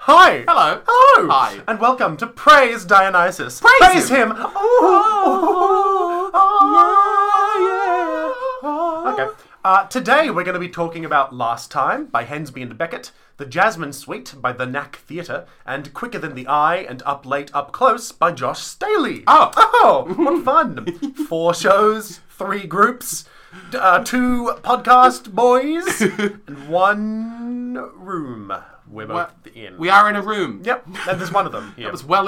Hi! Hello. Hello! Hi. And welcome to Praise Dionysus. Praise him! him. Oh. Ooh, ooh, Oh. ooh, yeah, yeah. Okay. Uh, today we're going to be talking about Last Time by Hensby and Beckett, The Jasmine Suite by The Knack Theatre, and Quicker Than the Eye and Up Late Up Close by Josh Staley. Oh. Oh, what fun! Four shows, three groups, d- uh, two podcast boys, and one room. We're both in. We are in a room. Yep, and there's one of them. Here. That was well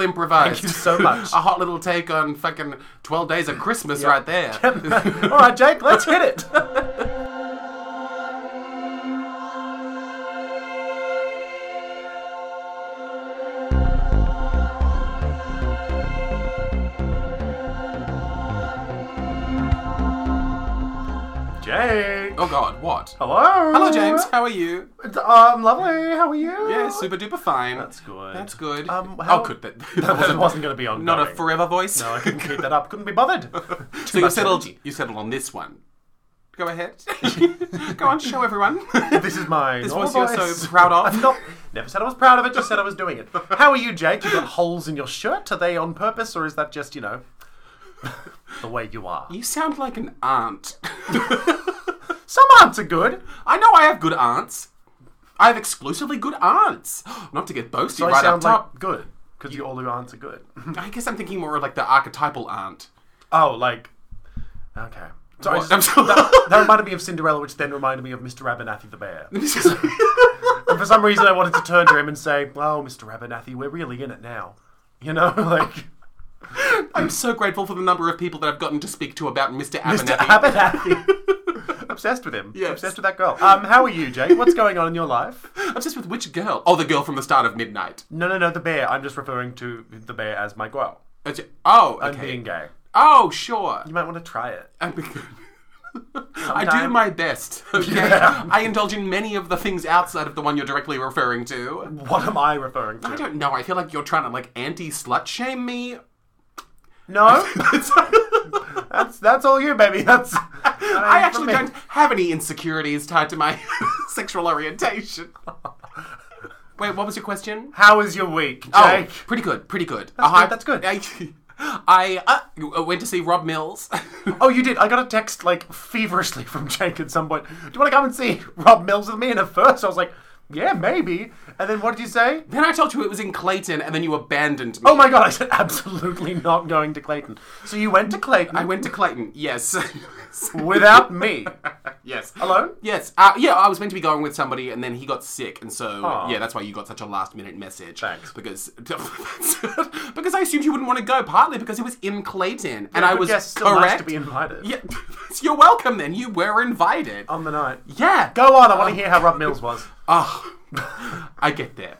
Thank improvised. you so much. a hot little take on fucking 12 Days of Christmas right there. All right, Jake, let's hit it. Jake. Oh god, what? Hello. Hello, James. How are you? Um, lovely. How are you? Yeah, super duper fine. That's good. That's good. Um, how- oh, could that? That that wasn't, wasn't, wasn't going to be on. not a forever voice. No, I couldn't keep that up. Couldn't be bothered. so you settled. You settled on this one. Go ahead. Go on, show everyone. This is Oh, my. This normal voice you're voice. so proud of. I'm not. Never said I was proud of it. Just said I was doing it. How are you, Jake? You got holes in your shirt. Are they on purpose, or is that just you know the way you are? You sound like an aunt. Some aunts are good. I know I have good aunts. I have exclusively good aunts. Not to get boasty Do I right up sound top. like good because you all your aunts are good. I guess I'm thinking more of like the archetypal aunt. Oh, like okay. So I What? just- I'm so- that, that reminded me of Cinderella, which then reminded me of Mr. Abernathy the bear. And for some reason, I wanted to turn to him and say, "Well, Mr. Abernathy, we're really in it now." You know, like I'm so grateful for the number of people that I've gotten to speak to about Mr. Mr. Abernathy. Abernathy. Obsessed with him. Yes. Obsessed with that girl. Um, how are you, Jake? What's going on in your life? Obsessed with which girl? Oh, the girl from the start of Midnight. No, no, no, the bear. I'm just referring to the bear as my girl. It's- Oh, I'm okay. being gay. Oh, sure. You might want to try it. I'm- I do Sometime. my best. Okay. Yeah. I indulge in many of the things outside of the one you're directly referring to. What am I referring to? I don't know. I feel like you're trying to like anti slut shame me. No, that's that's all you, baby. That's I actually don't have any insecurities tied to my sexual orientation. Wait, what was your question? How is your week, Jake? Oh, pretty good, pretty good. That's good, that's good. I, I uh, went to see Rob Mills. Oh, you did. I got a text like feverishly from Jake at some point. Do you want to come and see Rob Mills with me? And at first, I was like, yeah, maybe. And then what did you say? then I told you it was in Clayton, and then you abandoned me. Oh my god, I said absolutely not going to Clayton. So you went to Clayton I went to Clayton. Yes, without me. yes. Alone? Yes, uh, yeah, I was meant to be going with somebody, and then he got sick, and so Aw. yeah, that's why you got such a last-minute message. Thanks. because because I assumed you wouldn't want to go, partly because it was in Clayton, and I But was yes, still correct. nice to be invited Oh. Yeah, you're welcome then. You were invited. on the night. yeah. Go on, I want to hear how Rob Mills was. Oh, I get there.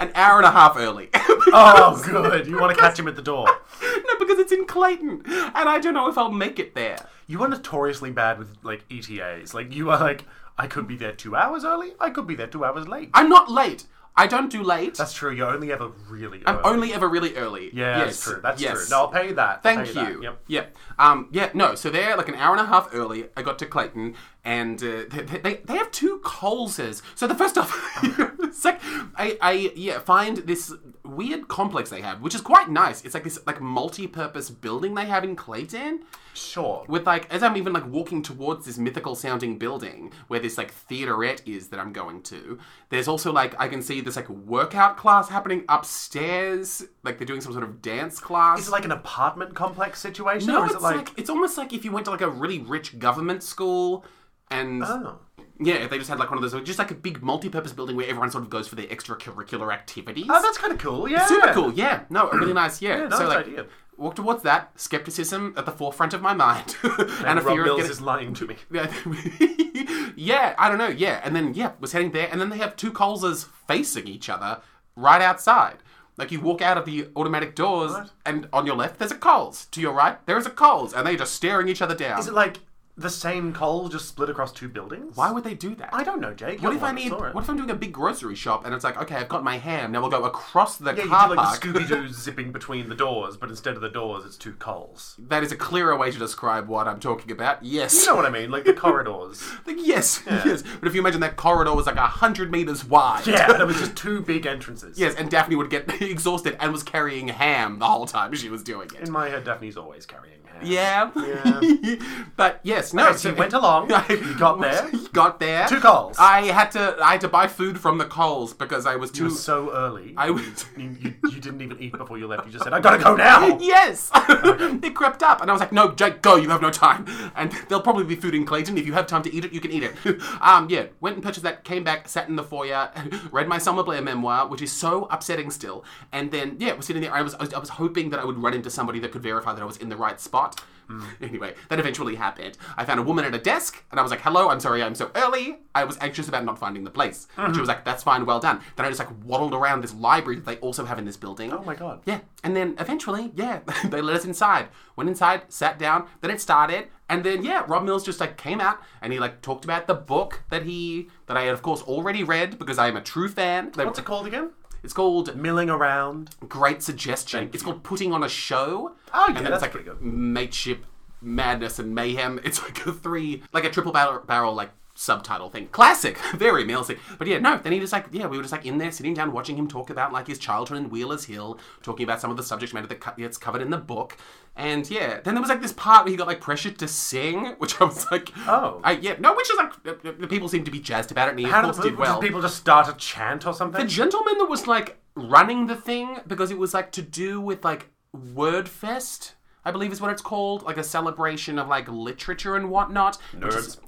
An hour and a half early. Oh, good. You want to catch him at the door. no, because it's in Clayton, and I don't know if I'll make it there. You are notoriously bad with like ETAs. Like you are like, I could be there two hours early. I could be there two hours late. I'm not late. I don't do late. That's true. You're only ever really. I'm early. only ever really early. Yeah, yes, that's true. That's yes. true. No, I'll pay you that. I'll Thank pay you. That. Yep. Yeah. Um, yeah. No. So they're like an hour and a half early. I got to Clayton, and uh, they, they they have two Coleses. So the first off, it's like I, I yeah find this weird complex they have, which is quite nice. It's like this like multi-purpose building they have in Clayton, Sure. with like as I'm even like walking towards this mythical sounding building where this like theaterette is that I'm going to. There's also like I can see this like workout class happening upstairs. Like they're doing some sort of dance class. Is it like an apartment complex situation, No, or is it's it like, it's almost like if you went to like a really rich government school, and oh, yeah, they just had like one of those, just like a big multi-purpose building where everyone sort of goes for their extracurricular activities. oh, that's kind of cool. Yeah. super cool. Yeah, no, a really nice. Yeah, nice so like idea. walk towards that skepticism at the forefront of my mind, And, a Rob fear of Mills getting- is lying to me. yeah, yeah, I don't know. Yeah, and then yeah, was heading there, and then they have two Coleses facing each other right outside. Like you walk out of the automatic doors, and on your left there's a Coles. To your right there is a Coles, and they're just staring each other down. Is it like the same coal just split across two buildings? Why would they do that? I don't know, Jake. what if I need? What if I'm doing a big grocery shop and it's like, okay, I've got my ham. Now we'll go across the yeah, you car do park. like the Scooby Doo zipping between the doors, but instead of the doors, it's two coals. that is a clearer way to describe what I'm talking about. Yes. You know what I mean? Like the corridors. Yes, yes. But if you imagine that corridor was like a hundred meters wide. Yeah, there was just two big entrances. Yes, and Daphne would get exhausted and was carrying ham the whole time she was doing it. In my head, Daphne's always carrying ham. Yeah. but yes, no. Okay, so you went along. you got there. You got there. Two Coles. I had to. I had to buy food from the Coles because I was It too. was so early. I was. you, you, you didn't even eat before you left. You just said, "I gotta go now." Yes, it crept up, and I was like, "No, Jake, go! You have no time." And there'll probably be food in Clayton. If you have time to eat it, you can eat it. um, yeah, went and purchased that. Came back, sat in the foyer, read my Summer Blair memoir, which is so upsetting still. And then yeah, was sitting there. I was, I was I was hoping that I would run into somebody that could verify that I was in the right spot. Hmm. Anyway, that eventually happened. I found a woman at a desk, and I was like, "Hello, I'm sorry, I'm so early." I was anxious about not finding the place. And she Hmm. was like, "That's fine, well done." Then I just like waddled around this library that they also have in this building. Oh my god. Yeah, and then eventually, yeah, they let us inside. Went inside, sat down. Then it started, and then yeah, Rob Mills just like came out and he like talked about the book that he that I had of course already read because I am a true fan. They- What's it called again? It's called Milling around. Great Suggestion. It's called Putting on a Show. Oh, yeah, and then that's it's like pretty good. mateship, madness, and mayhem. It's like a three, like a triple barrel, barrel like subtitle thing. Classic, very Millsy. But yeah, no. Then he just like yeah, we were just like in there sitting down watching him talk about like his childhood in Wheeler's Hill, talking about some of the subject matter that co- that's covered in the book. And yeah, then there was like this part where he got like pressured to sing, which I was like, Oh. I, yeah, no, which is like the- the the people seemed to be jazzed about it, and he How of course did, did well. people just start a chant or The something? gentleman that was like running the thing because it was like to do with like Wordfest, I believe is what it's called, like a celebration of like literature and whatnot. Which is,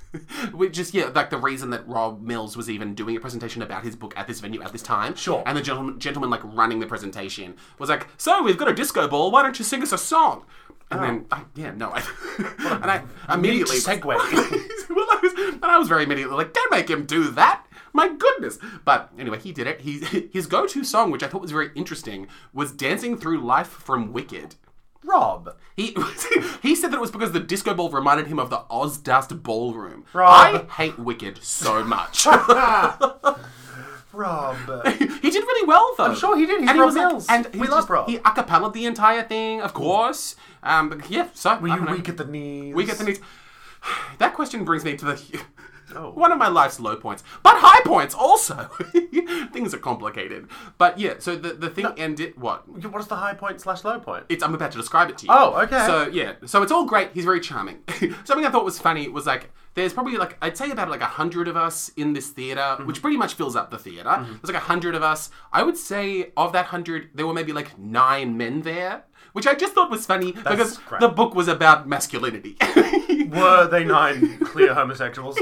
which is yeah, like the reason that Rob Mills was even doing a presentation about his book at this venue at this time. Sure. And the gentleman, gentleman like running the presentation was like, "So we've got a disco ball. Why don't you sing us a song?" And then, I, yeah, no, I, and I immediately segue. well, I was, and I was very immediately like, don't make him do that. My goodness. But anyway, he did it. He, his go to song, which I thought was very interesting, was Dancing Through Life from Wicked. Rob. He, he said that it was because the disco ball reminded him of the Oz Dust Ballroom. Right. I hate Wicked so much. Rob. he did really well, though. I'm sure he did. He's and Rob he was like- Mills. and he We just- love Rob. He acapella the entire thing, of course. Um, but yeah, so. Were I you don't know. weak at the knees? We get the needs. That question brings me to the Oh. one of my life's low points, but high points also. Things are complicated, but yeah. So the the thing ended. What? What's the high point slash low point? It's I'm about to describe it to you. Oh, okay. So yeah. So it's all great. He's very charming. Something I thought was funny was like. There's probably like I'd say about like a hundred of us in this theater, Mm-hmm. which pretty much fills up the theater. There's like a hundred of us. I would say of that hundred, there were maybe like nine men there, which I just thought was funny because great. the book was about masculinity. Were they nine clear homosexuals?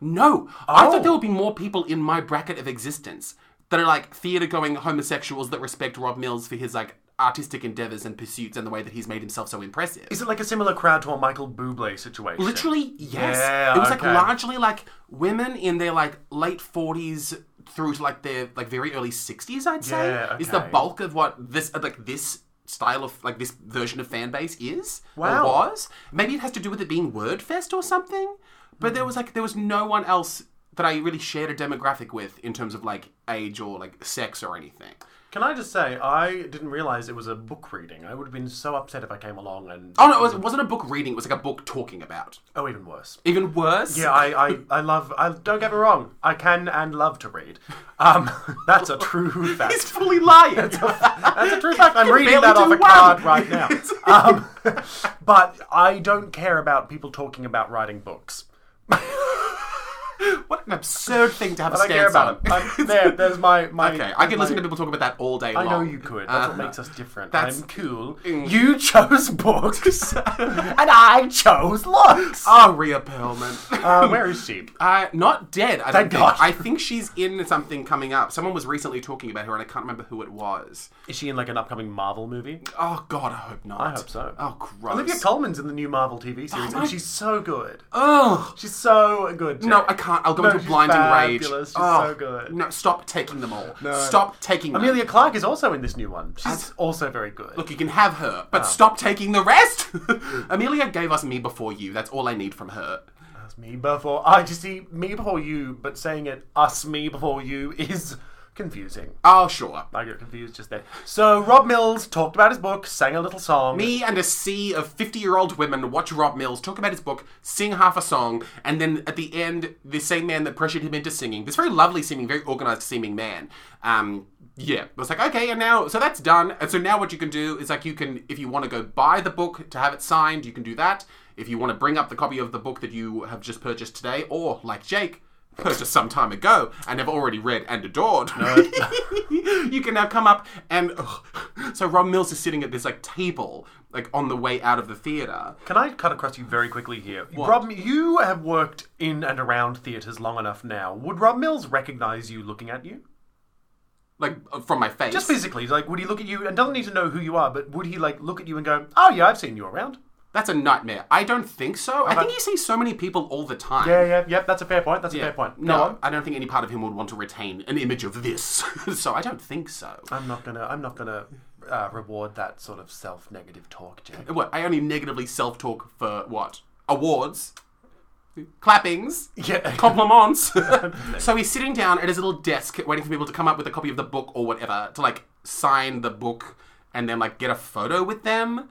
No, I Oh. thought there would be more people in my bracket of existence that are like theater going homosexuals that respect Rob Mills for his like artistic endeavors and pursuits and the way that he's made himself so impressive. Is it like a similar crowd to a Michael Bublé situation? Literally, yes. Yeah, it was okay. like largely like women in their like late forties through to like their like very early sixties. I'd say Yeah, is the okay. bulk of what this uh, like this style of like this version of fan base is Wow. or was. Maybe it has to do with it being Wordfest or something. But Hmm. there was like there was no one else that I really shared a demographic with in terms of like age or like sex or anything. Can I just say, I didn't realize it was a book reading. I would have been so upset if I came along and. Oh no, it, was, it wasn't a book reading. It was like a book talking about. Oh, even worse. Even worse. Yeah, I, I, I love. I don't get me wrong. I can and love to read. Um, that's a true fact. He's fully lying. That's a true fact. I'm can reading barely that off do a one. card right now. Um, but I don't care about people talking about writing books. What an absurd thing to have a I don't care stance on. about it. I'm- there, there's my, my Okay, I could my- listen to people talk about that all day I long. know you could. That's what Uh-huh. makes us different. That's- Mm. I'm cool. You chose books, and I chose looks. Ah, Rhea Perlman. Uh, where is she? Uh, not dead. I Thank don't God. think. I think she's in something coming up. Someone was recently talking about her, and I can't remember who it was. Is she in like an upcoming Marvel movie? Oh God, I hope not. I hope so. Oh gross. Olivia Oh, Colman's in the new Marvel TV series, and my- she's so good. Ugh. She's so good. Oh. No, Jay. I can't. I'll go No, total she's blinding rage. Oh, fabulous. She's so good. No, stop taking them all. Stop taking them. Amelia Clark is also in this new one. She's also very good. Look, you can have her, Ah. but stop taking the rest. Amelia gave us me before you. That's all I need from her. Us me before I just see me before you, but saying it us me before you is confusing. Oh, sure. I get confused just there. So Rob Mills talked about his book, sang a little song. Me and a sea of 50 year old women watch Rob Mills talk about his book, sing half a song, and then at the end, the same man that pressured him into singing, this very lovely seeming, very organized seeming man, um, yeah, was like, okay, and now, so that's done. And so now what you can do is like, you can, if you want to go buy the book to have it signed, you can do that. If you want to bring up the copy of the book that you have just purchased today, or like Jake, purchased some time ago and have already read and adored. you can now come up and so Rob Mills is sitting at this like table, like on the way out of the theater. Can I cut across you very quickly here? Rob, you have worked in and around theatres long enough now. Would Rob Mills recognize you looking at you? Like uh, from my face. Just physically, like would he look at you and doesn't need to know who you are, but would he like look at you and go, "Oh yeah, I've seen you around." That's a nightmare. I don't think so. I think you see so many people all the time. Yeah, yeah, yeah. That's a fair point. That's a fair point. No, No, I'm- I don't think any part of him would want to retain an image of this. so I don't think so. I'm not gonna. I'm not gonna uh, reward that sort of self-negative talk, Jake. What? I only negatively self-talk for what? Awards, clappings, Yeah. compliments. so he's sitting down at his little desk, waiting for people to come up with a copy of the book or whatever to like sign the book and then like get a photo with them.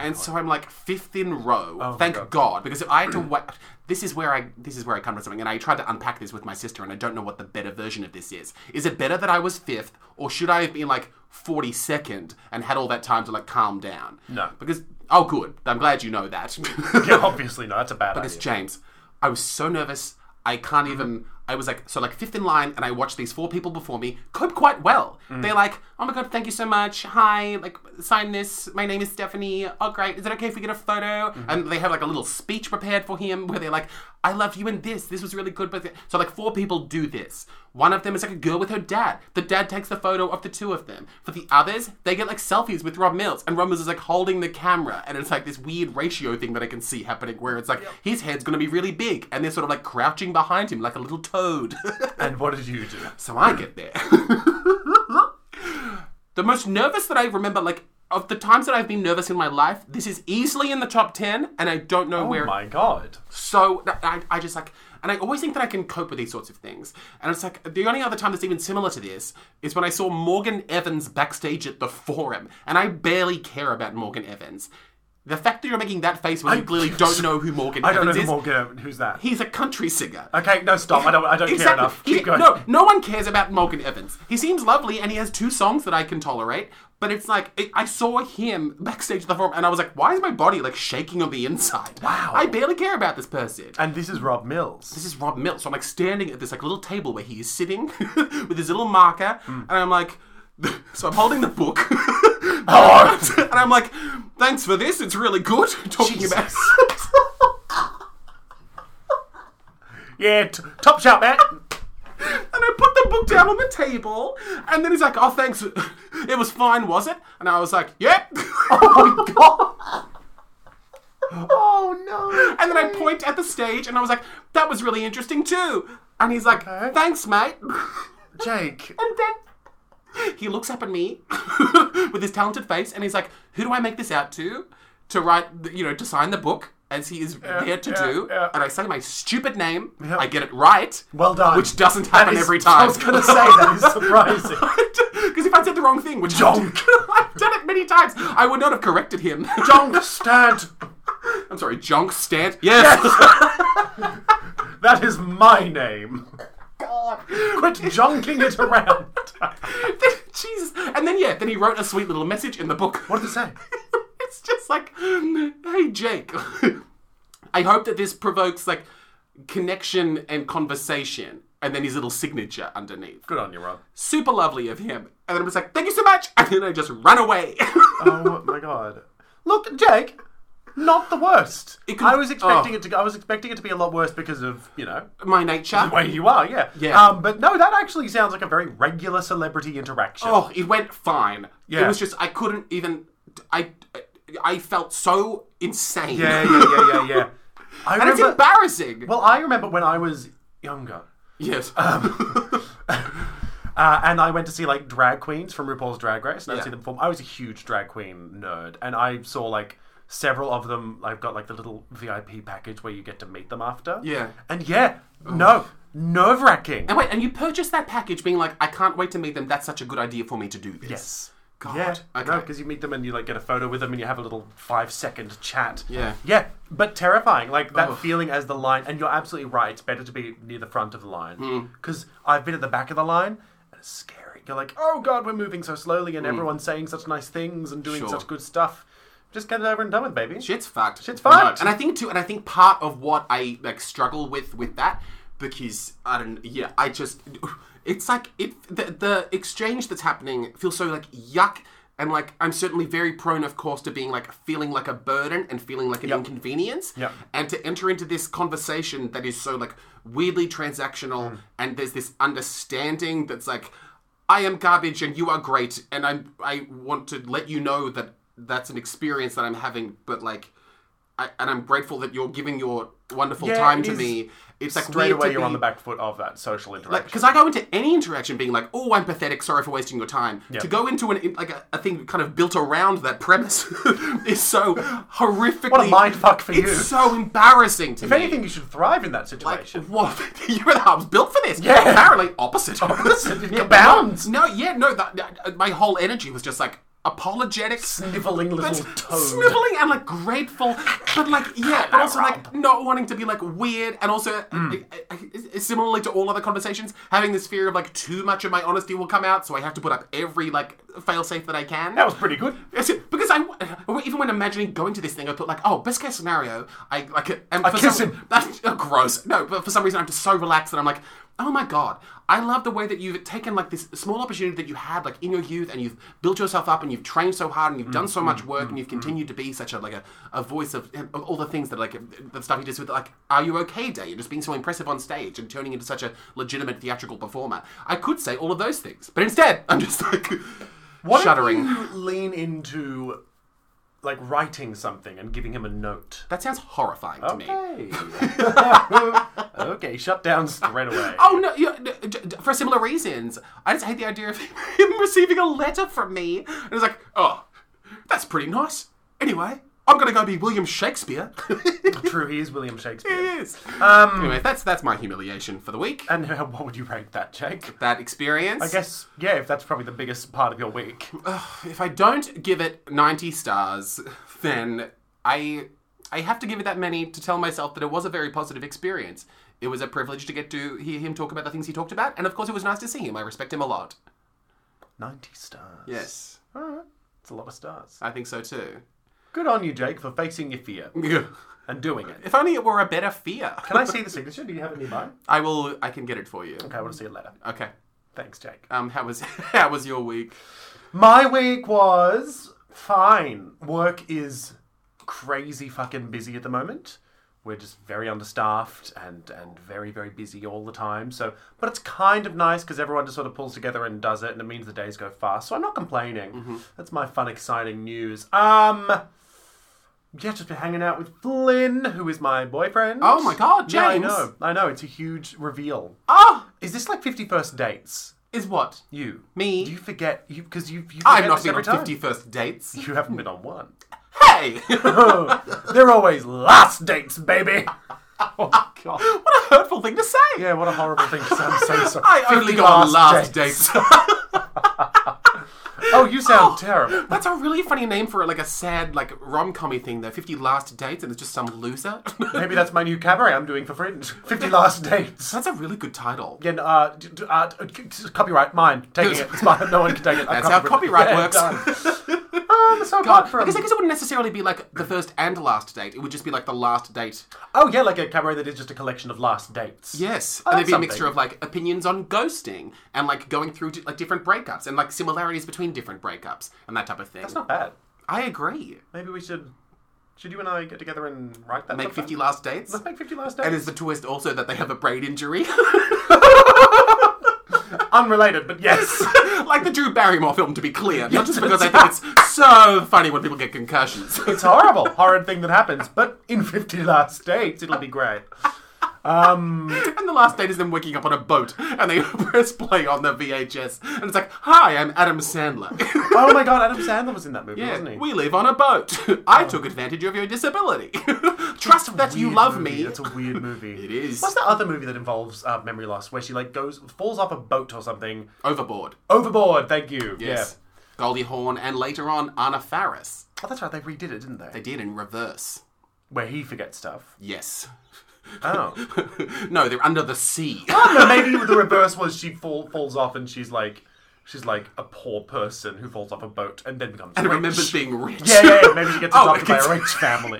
and so I'm like fifth in row. Thank God. because if I had to wait, this is where I this is where I come to something, and I tried to unpack this with my sister, and I don't know what the better version of this is. Is it better that I was fifth, or should I have been like forty second and had all that time to like calm down? No. because oh, good. I'm glad you know that. yeah, obviously no. That's a bad It's idea. James. I was so nervous. I can't even. I was like, so like fifth in line, and I watched these four people before me cope quite well. They're like, oh my god, thank you so much. Hi, like, sign this. My name is Stephanie. Oh, great. Is it okay if we get a photo? And they have like a little speech prepared for him where they're like, I love you in this. This was really good. But so like four people do this. One of them is like a girl with her dad. The dad takes the photo of the two of them. For the others, they get like selfies with Rob Mills, and Rob Mills is like holding the camera, and it's like this weird ratio thing that I can see happening where it's like his head's gonna be really big, and they're sort of like crouching behind him like a little toad. And what did you do? so I get there. the most nervous that I remember, like of the times that I've been nervous in my life, this is easily in the top ten, and I don't know Oh where my god. so that- I, I just like and i always think that i can cope with these sorts of things and it's like the only other time that's even similar to this is when i saw morgan evans backstage at the forum and i barely care about morgan evans the fact that you're making that face when you clearly don't know who morgan I don't evans know who is Morgan. Who's that? he's a country singer Okay, no, stop. I don't. I don't care enough. He- Keep going. No, no one cares about Morgan Evans. He seems lovely and he has two songs that I can tolerate, but it's like it, I saw him backstage at the forum and I was like, why is my body like shaking on the inside? Wow. I barely care about this person And this is Rob Mills. this is Rob Mills. So I'm like standing at this like little table where he is sitting with his little marker, and I'm like, so I'm holding the book, and I'm like, thanks for this. It's really good. Talking about. Yeah, t- top shout, man. And I put the book down on the table, and then he's like, "Oh, thanks. It was fine, was it?" And I was like, "Yep." Oh my god! oh no. And then I point at the stage, and I was like, "That was really interesting too." And he's like, "Thanks, mate." Jake. And then he looks up at me with his talented face and he's like, Who do I make this out to? To write, the- you know, to sign the book as he is there to yeah, do. yeah. And I say my stupid name. I get it right. Well done. Which doesn't happen That is- every time. I was gonna say that is surprising. Because if I said the wrong thing, which Jonk. I've done it many times, I would not have corrected him. Don't stand. I'm sorry, Jonk Stant. Yes. That is my name. Quit jonking it around. Jesus. And then, yeah, then he wrote a sweet little message in the book. What did it say? it's just like, hey, Jake, I hope that this provokes like connection and conversation. And then his little signature underneath. Good on you, Rob. Super lovely of him. And then I'm just like, thank you so much. And then I just run away. Oh my god. Look, Jake. Not the worst. could- I was expecting oh. it to. I was expecting it to be a lot worse because of you know My nature. way you are. Yeah. Yeah. Um, but no, that actually sounds like a very regular celebrity interaction. Oh, it went fine. It Yeah. was just, I couldn't even, I, I felt so insane. Yeah, yeah, yeah, yeah, yeah. I And it's remember. embarrassing. Well, I remember when I was younger, Yes. um, Uh, and I went to see like drag queens from RuPaul's Drag Race, and I'd Yeah. see them perform. I was a huge drag queen nerd, and I saw like several of them. I've got like the little VIP package where you get to meet them after. Yeah. and yeah, no, nerve wracking. and wait, and you purchased that package being like, I can't wait to meet them. That's such a good idea for me to do this. Yes. God. Yeah, Okay. no, because you meet them and you like get a photo with them and you have a little five second chat. Yeah. yeah, but terrifying. Like that feeling as the line, and you're absolutely right. It's better to be near the front of the Hmm. line because I've been at the back of the line and it's scary. You're like, oh god, we're moving so slowly and everyone's saying such nice things and doing Hmm. Sure. such good stuff. Just get it over and done with, baby. Shit's fucked. Shit's fucked. No, And I think too, and I think part of what I like struggle with with that because I don't, yeah, I just, it's like it the, the exchange that's happening feels so like yuck. And like I'm certainly very prone, of course, to being like feeling like a burden and feeling like an inconvenience, Yep. and to enter into this conversation that is so like weirdly transactional, Hmm. and there's this understanding that's like, I am garbage and you are great, and I'm I want to let you know that that's an experience that I'm having, but like, I, and I'm grateful that you're giving your wonderful Yeah, time it to is me. It's like Straight weird away, to you're be, on the back foot of that social interaction. because I go into any interaction being like, "Oh, I'm pathetic. Sorry for wasting your time." To go into an in- like a, a thing kind of built around that premise is so horrifically What a mindfuck for it's you. so embarrassing to if me. anything, you should thrive in that situation. What? You're the hub's built for this. Yeah. Apparently opposite. Opposite. Bounds. No, yeah, no. That, that- my whole energy was just like apologetic, Sniveling but little toad. sniveling and like grateful, but like yeah, but also like not wanting to be like weird, and also Hmm. eh, I- I- I- similarly to all other conversations, having this fear of like too much of my honesty will come out, so I have to put up every like failsafe that I can. that was pretty good. Yes, because I even when imagining going to this thing, I thought like, oh, best case scenario, I like and I for kiss some, him. That's oh, gross. No, but for some reason I'm just so relaxed that I'm like, oh my god, I love the way that you've taken like this small opportunity that you had like in your youth, and you've built yourself up, and you've trained so hard, and you've done so Mm-hmm. much work, and you've continued to be such a like a, a voice of, of all the things that like the stuff he does with like, are you okay, day, and just being so impressive on stage and turning into such a legitimate theatrical performer. I could say all of those things, but instead I'm just like What shuddering. if you lean into like writing something and giving him a note? That sounds horrifying to me. Okay. okay, shut down straight away. Oh no, you, no, d- d- for similar reasons. I just hate the idea of him receiving a letter from me. And it's like, oh, that's pretty nice. Anyway, I'm gonna go be William Shakespeare. it True, he is William Shakespeare. is. Um, anyway, that's that's my humiliation for the week. And uh, what would you rank that, Jake? That experience. I guess, yeah, if that's probably the biggest part of your week. if I don't give it 90 stars, then I I have to give it that many to tell myself that it was a very positive experience. It was a privilege to get to hear him talk about the things he talked about, and of course it was nice to see him. I respect him a lot. 90 stars. Yes. Alright, it's a lot of stars. I think so too. Good on you, Jake, for facing your fear and doing it. If only it were a better fear. Can I see the signature? Do you have it nearby? I will. I can get it for you. Okay, I want to see it later. Okay. Thanks, Jake. Um. How was How was your week? My week was fine. Work is crazy fucking busy at the moment. We're just very understaffed and and very very busy all the time. So, but it's kind of nice because everyone just sort of pulls together and does it, and it means the days go fast. So I'm not complaining. Mm-hmm. That's my fun, exciting news. Um, yeah, just been hanging out with Flynn, who is my boyfriend. Oh my God, Yeah, I James. know, I know. It's a huge reveal. Ah, Is this like fifty first dates? is what You me. do you forget you because you you I'm forget not this been every on time. fifty first dates. You haven't been on one. Hey, what They're always last dates, baby. Oh god. a hurtful thing to say. Yeah, what a horrible thing to say. I'm so sorry. I 50 only go on last dates. Oh, you sound terrible. That's a really funny name for like a sad like rom commy thing though. Fifty last dates and it's just some loser. Maybe that's my new cabaret I'm doing for Fringe. 50 last dates. That's a really good title. Again, uh, d- d- uh, d- c- c- copyright, mine. Taking it. It's mine. No one can take it. I That's how copyright Yeah, works. done. Um, so apart from... Because I guess it wouldn't necessarily be like the first and last date. It would just be like the last date. Oh, yeah, like a cabaret that is just a collection of last dates. Yes, Oh, and that's there'd be something. a mixture of like opinions on ghosting and like going through di- like different breakups and like similarities between different breakups and that type of thing. It's not bad. I agree. Maybe we should... Should you and I get together and write that Make sometime? fifty last dates. Let's make 50 last dates. And is the twist also that they have a brain injury, Unrelated, but yes. like the Drew Barrymore film, to be clear? Not just because I think it's so funny when people get concussions. It's horrible, horrid thing that happens. But in 50 Last Dates, it'll be great. Um, And the last date is them waking up on a boat and they press play on the VHS and it's like, Hi, I'm Adam Sandler. oh my god, Adam Sandler was in that movie, wasn't yeah, he? we live on a boat. I took advantage of your disability. Trust that you Weird love movie. me. That's a weird movie. It is. What's that other movie that involves uh, memory loss where she like goes falls off a boat or something? Overboard. Overboard. Thank you. Yes. Goldie Hawn and later on Anna Faris. Yeah. Oh, that's right. They redid it, didn't they? They did in reverse. Where he forgets stuff. Yes. Oh. no, they're under the sea. no, maybe the reverse was she fall, falls off and she's like she's like a poor person who falls off a boat and then becomes and rich. remembers being rich. Yeah, yeah, yeah. Maybe she gets Oh, adopted by it's- a rich family.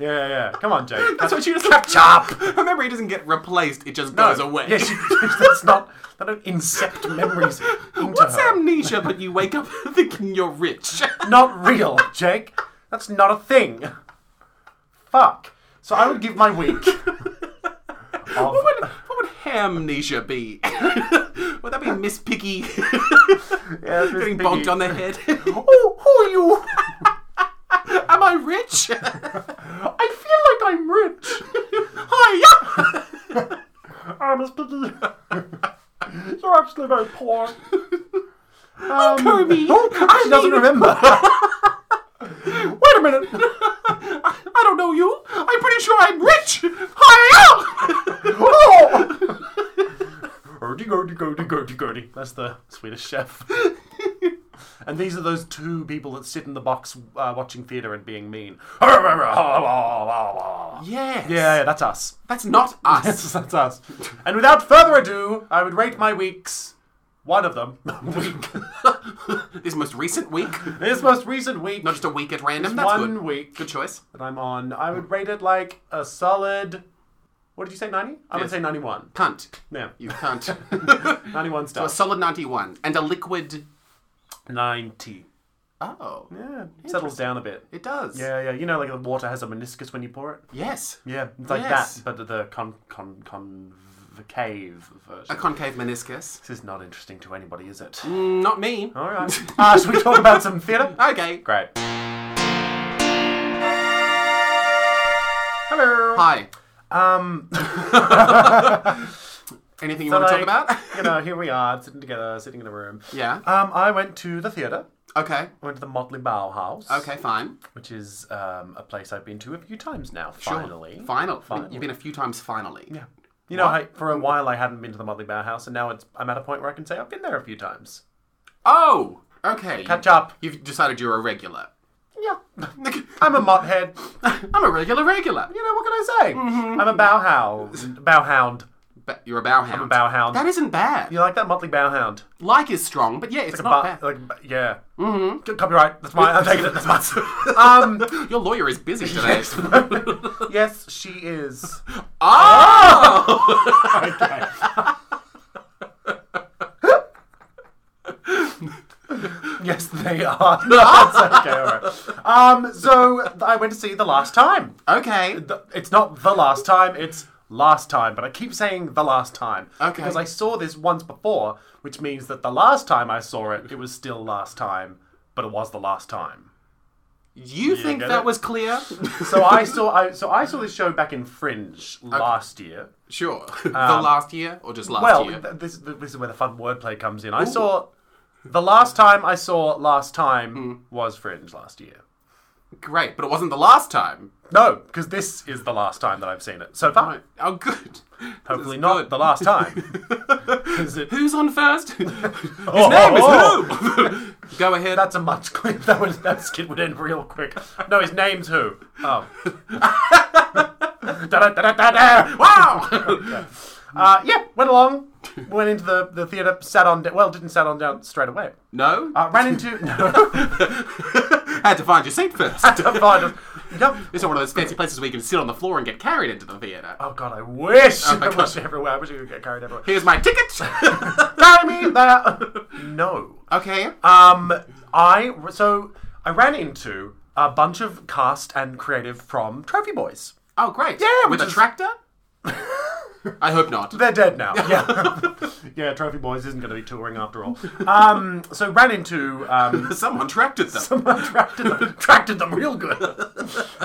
Yeah, yeah, yeah. Come on, Jake. That's what she just kept up. Her memory doesn't get replaced; it just goes away. Yeah, she, that's not. They don't incept memories into What's her. amnesia? But you wake up thinking you're rich. Not real, Jake. That's not a thing. Fuck. So I would give my week. of- What would, what would hamnesia be? would that be Miss Piggy yeah, that's Miss Piggy. getting bonked on the head? Oh, who are you? Am I rich? I feel like I'm rich. Hi, yeah. I'm a You're actually very poor. Um, Call me. she doesn't remember. Wait a minute. I don't know you. I'm pretty sure I'm rich. Hi, yeah. Oh! Erdy, gerdy, gerdy, gerdy, gerdy. That's the Swedish chef. and these are those two people that sit in the box uh, watching theatre and being mean. Yeah, Yes. yeah, that's us. That's not us. That's, that's us. And without further ado, I would rate my weeks. One of them. week. this most recent week, This most recent week. not just a week at random. That's one good. week. Good choice. that I'm on, I would rate it like a solid. What did you say, 90? I would Yes. say 91. Cunt. Yeah. You cunt. 91 a stars. solid 91. And a liquid. 90. Oh. Yeah. Settles down a bit. It does. Yeah, yeah. You know, like the water has a meniscus when you pour it? Yes. Yeah. It's like Yes. that, but the con- con- concave A version. concave meniscus. This is not interesting to anybody, is it? Mm, Not me. All right. Ah, should we talk about some theatre? Okay. Great. Hello. Hi. Um, Anything you so want to like, talk about? you know, here we are, sitting together, sitting in a room. yeah. Um, I went to the theatre. Okay. I went to the Motley Bauhaus. Okay, fine. Which is um, a place I've been to a few times now, Sure. finally. Final. Finally. You've been a few times finally. Yeah. You know, I, for a while I hadn't been to the Motley Bauhaus, and now it's, I'm at a point where I can say I've been there a few times. Oh! Okay. Catch up. You've decided you're a regular. Yeah. I'm a mothead. I'm a regular regular. You know, what can I say? Mm-hmm. I'm a Bauhaus. Bauhound. Ba- You're a bowhound. A Bauhound. That isn't bad. you like that Motley Bauhound? Like is strong, but yeah, it's, not Ba- bad. like, ba- yeah. Mm-hmm. copyright. That's mine. I'm taking it. That's mine. um, Your lawyer is busy today. yes, she is. oh! Yes, they are. That's okay, all right. Um, so I went to see the last time. okay. Th- It's not the last time. It's last time, but I keep saying the last time Okay. because I saw this once before, which means that the last time I saw it, it was still last time, but it was the last time. You think get that it? was clear? So I saw. I so I saw this show back in Fringe last year. sure. the last year or just last Um, Well, year? th- this this is where the fun wordplay comes in. I saw. The last time I saw last time Hmm. was Fringe last year. Great, but it wasn't the last time. No, because this is the last time that I've seen it so far. Oh, good. Hopefully not the last time. 'Cause it- Who's on first? His Oh, name is oh, who? Go ahead. That's a much clip. That was that skit would end real quick. No, his name's who. Oh. Da-da-da-da-da-da. wow. uh, yeah, went along, went into the, the theater, sat on. Well, didn't sat on down straight away. no. Uh, ran into. No, Had to find your seat first. don't mind us. Yup. It's not one of those fancy places where you can sit on the floor and get carried into the theatre. Oh God, I wish. my I wish everywhere. I wish I could get carried everywhere. Here's my ticket. Carry me there. No. okay. Um, I so I ran into a bunch of cast and creative from Trophy Boys. Oh, great. yeah, With which a is- tractor? I hope not. They're dead now. Yeah. yeah, Trophy Boys isn't going to be touring after all. Um, so ran into um, Someone tracked it though. someone attracted them, attracted them real good.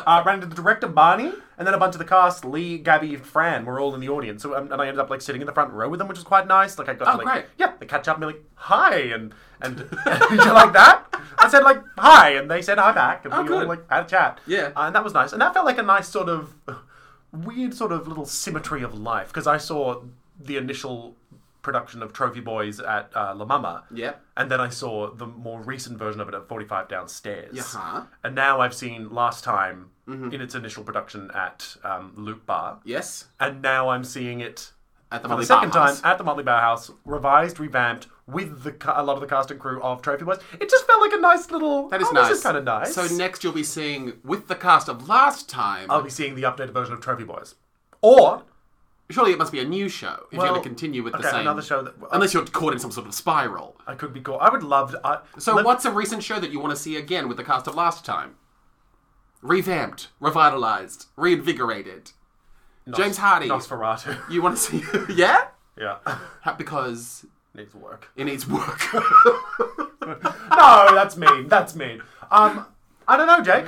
Uh, ran into the director Barney, and then a bunch of the cast, Lee, Gabby, and Fran, were all in the audience. So um, and I ended up like sitting in the front row with them, which was quite nice. Like I got Oh, to, like great. yeah, they catch up and they're like hi and and, you're like that. I said like hi, and they said hi back, and we all good. like had a chat. Yeah. Uh, and that was nice, and that felt like a nice sort of weird sort of little symmetry of life because I saw the initial production of Trophy Boys at uh, La Mama. Yep. And then I saw the more recent version of it at 45 Downstairs. Uh-huh. Mm-hmm. And now I've seen last time in its initial production at um, Loop Bar. Yes. And now I'm seeing it At the for Molly the second time Barnhouse. at the Motley Bauhaus, revised, revamped, with the ca- a lot of the cast and crew of Trophy Boys. It just felt like a nice little. That is oh, nice. This is kind of nice. So next you'll be seeing with the cast of last time. I'll be seeing the updated version of Trophy Boys. Or. surely it must be a new show if you're well, going to continue with the okay, same. another show that. Unless you're caught in some sort of spiral. I could be called. I would love. To, I, So let- what's a recent show that you want to see again with the cast of last time? Revamped, revitalized, reinvigorated. James Hardy. Nosferatu. You want to see? yeah. yeah. Ha- Because Needs work. it needs work. No, that's mean. That's mean. Um, I don't know, Jake.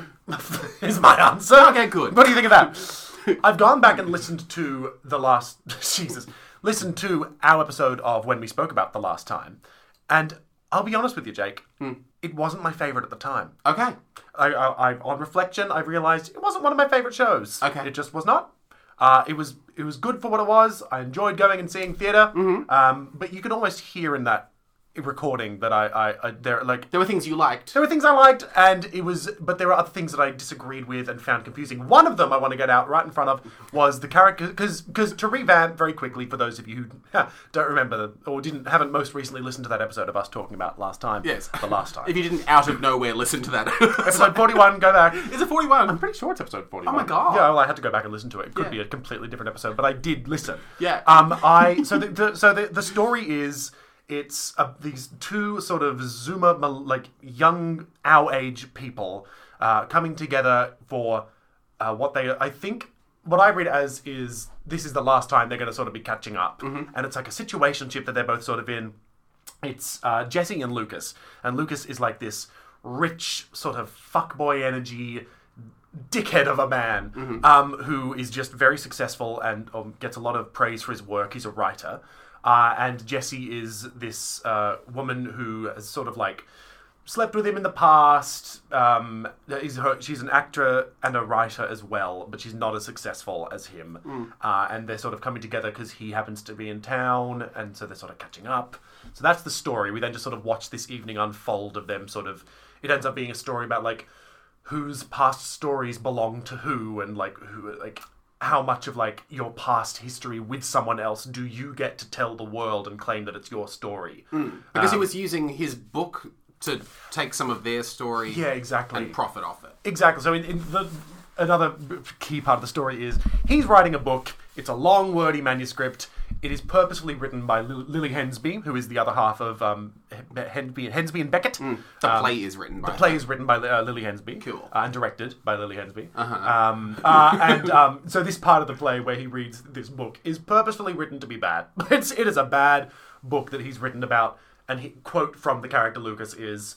is my answer. okay, good. What do you think of that? I've gone back and listened to the last Jesus. Listened to our episode of when we spoke about the last time, and I'll be honest with you, Jake. Hmm. It wasn't my favorite at the time. okay. I, I, I, on reflection, I realized it wasn't one of my favorite shows. Okay. it just was not. Uh, it was it was good for what it was. I enjoyed going and seeing theater Mm-hmm. Um, but you can almost hear in that recording that I, I, I there like There were things you liked. there were things I liked, and it was, but there were other things that I disagreed with and found confusing. One of them I want to get out right in front of was the character, because because to revamp very quickly for those of you who don't remember the, or didn't haven't most recently listened to that episode of us talking about last time. Yes. the last time. If you didn't out of nowhere listen to that. episode forty one, go back. Is it 41? I'm pretty sure it's episode forty one. Oh my God. Yeah, well, I had to go back and listen to it. It could Yeah. be a completely different episode, but I did listen. Yeah. Um. I so the, the so the, the story is it's uh, these two sort of Zuma mil- like young our age people uh, coming together for uh, what they I think what I read as is this is the last time they're going to sort of be catching up, Mm-hmm. and it's like a situationship that they're both sort of in. It's uh, Jesse and Lucas, and Lucas is like this rich sort of fuckboy energy dickhead of a man um, who is just very successful and um, gets a lot of praise for his work. He's a writer. Uh, and Jessie is this uh, woman who has sort of like slept with him in the past. Um, that is her, she's an actor and a writer as well, but she's not as successful as him. Uh, and they're sort of coming together because he happens to be in town, and so they're sort of catching up. So that's the story. We then just sort of watch this evening unfold of them sort of. It ends up being a story about like whose past stories belong to who and like who like how much of like your past history with someone else do you get to tell the world and claim that it's your story Because he was using his book to take some of their story yeah exactly and profit off it. exactly so in, in the another b- key part of the story is he's writing a book it's a long wordy manuscript it is purposefully written by Lil lily hensby who is the other half of um, H- hensby, hensby and beckett Uh, The play is written by. The Um, play is written by uh, Lily Hensby. Cool. Uh, and directed by Lily Hensby. Um, uh, and um, so this part of the play where he reads this book is purposefully written to be bad. It's, it is a bad book that he's written about. And he quote from the character Lucas is,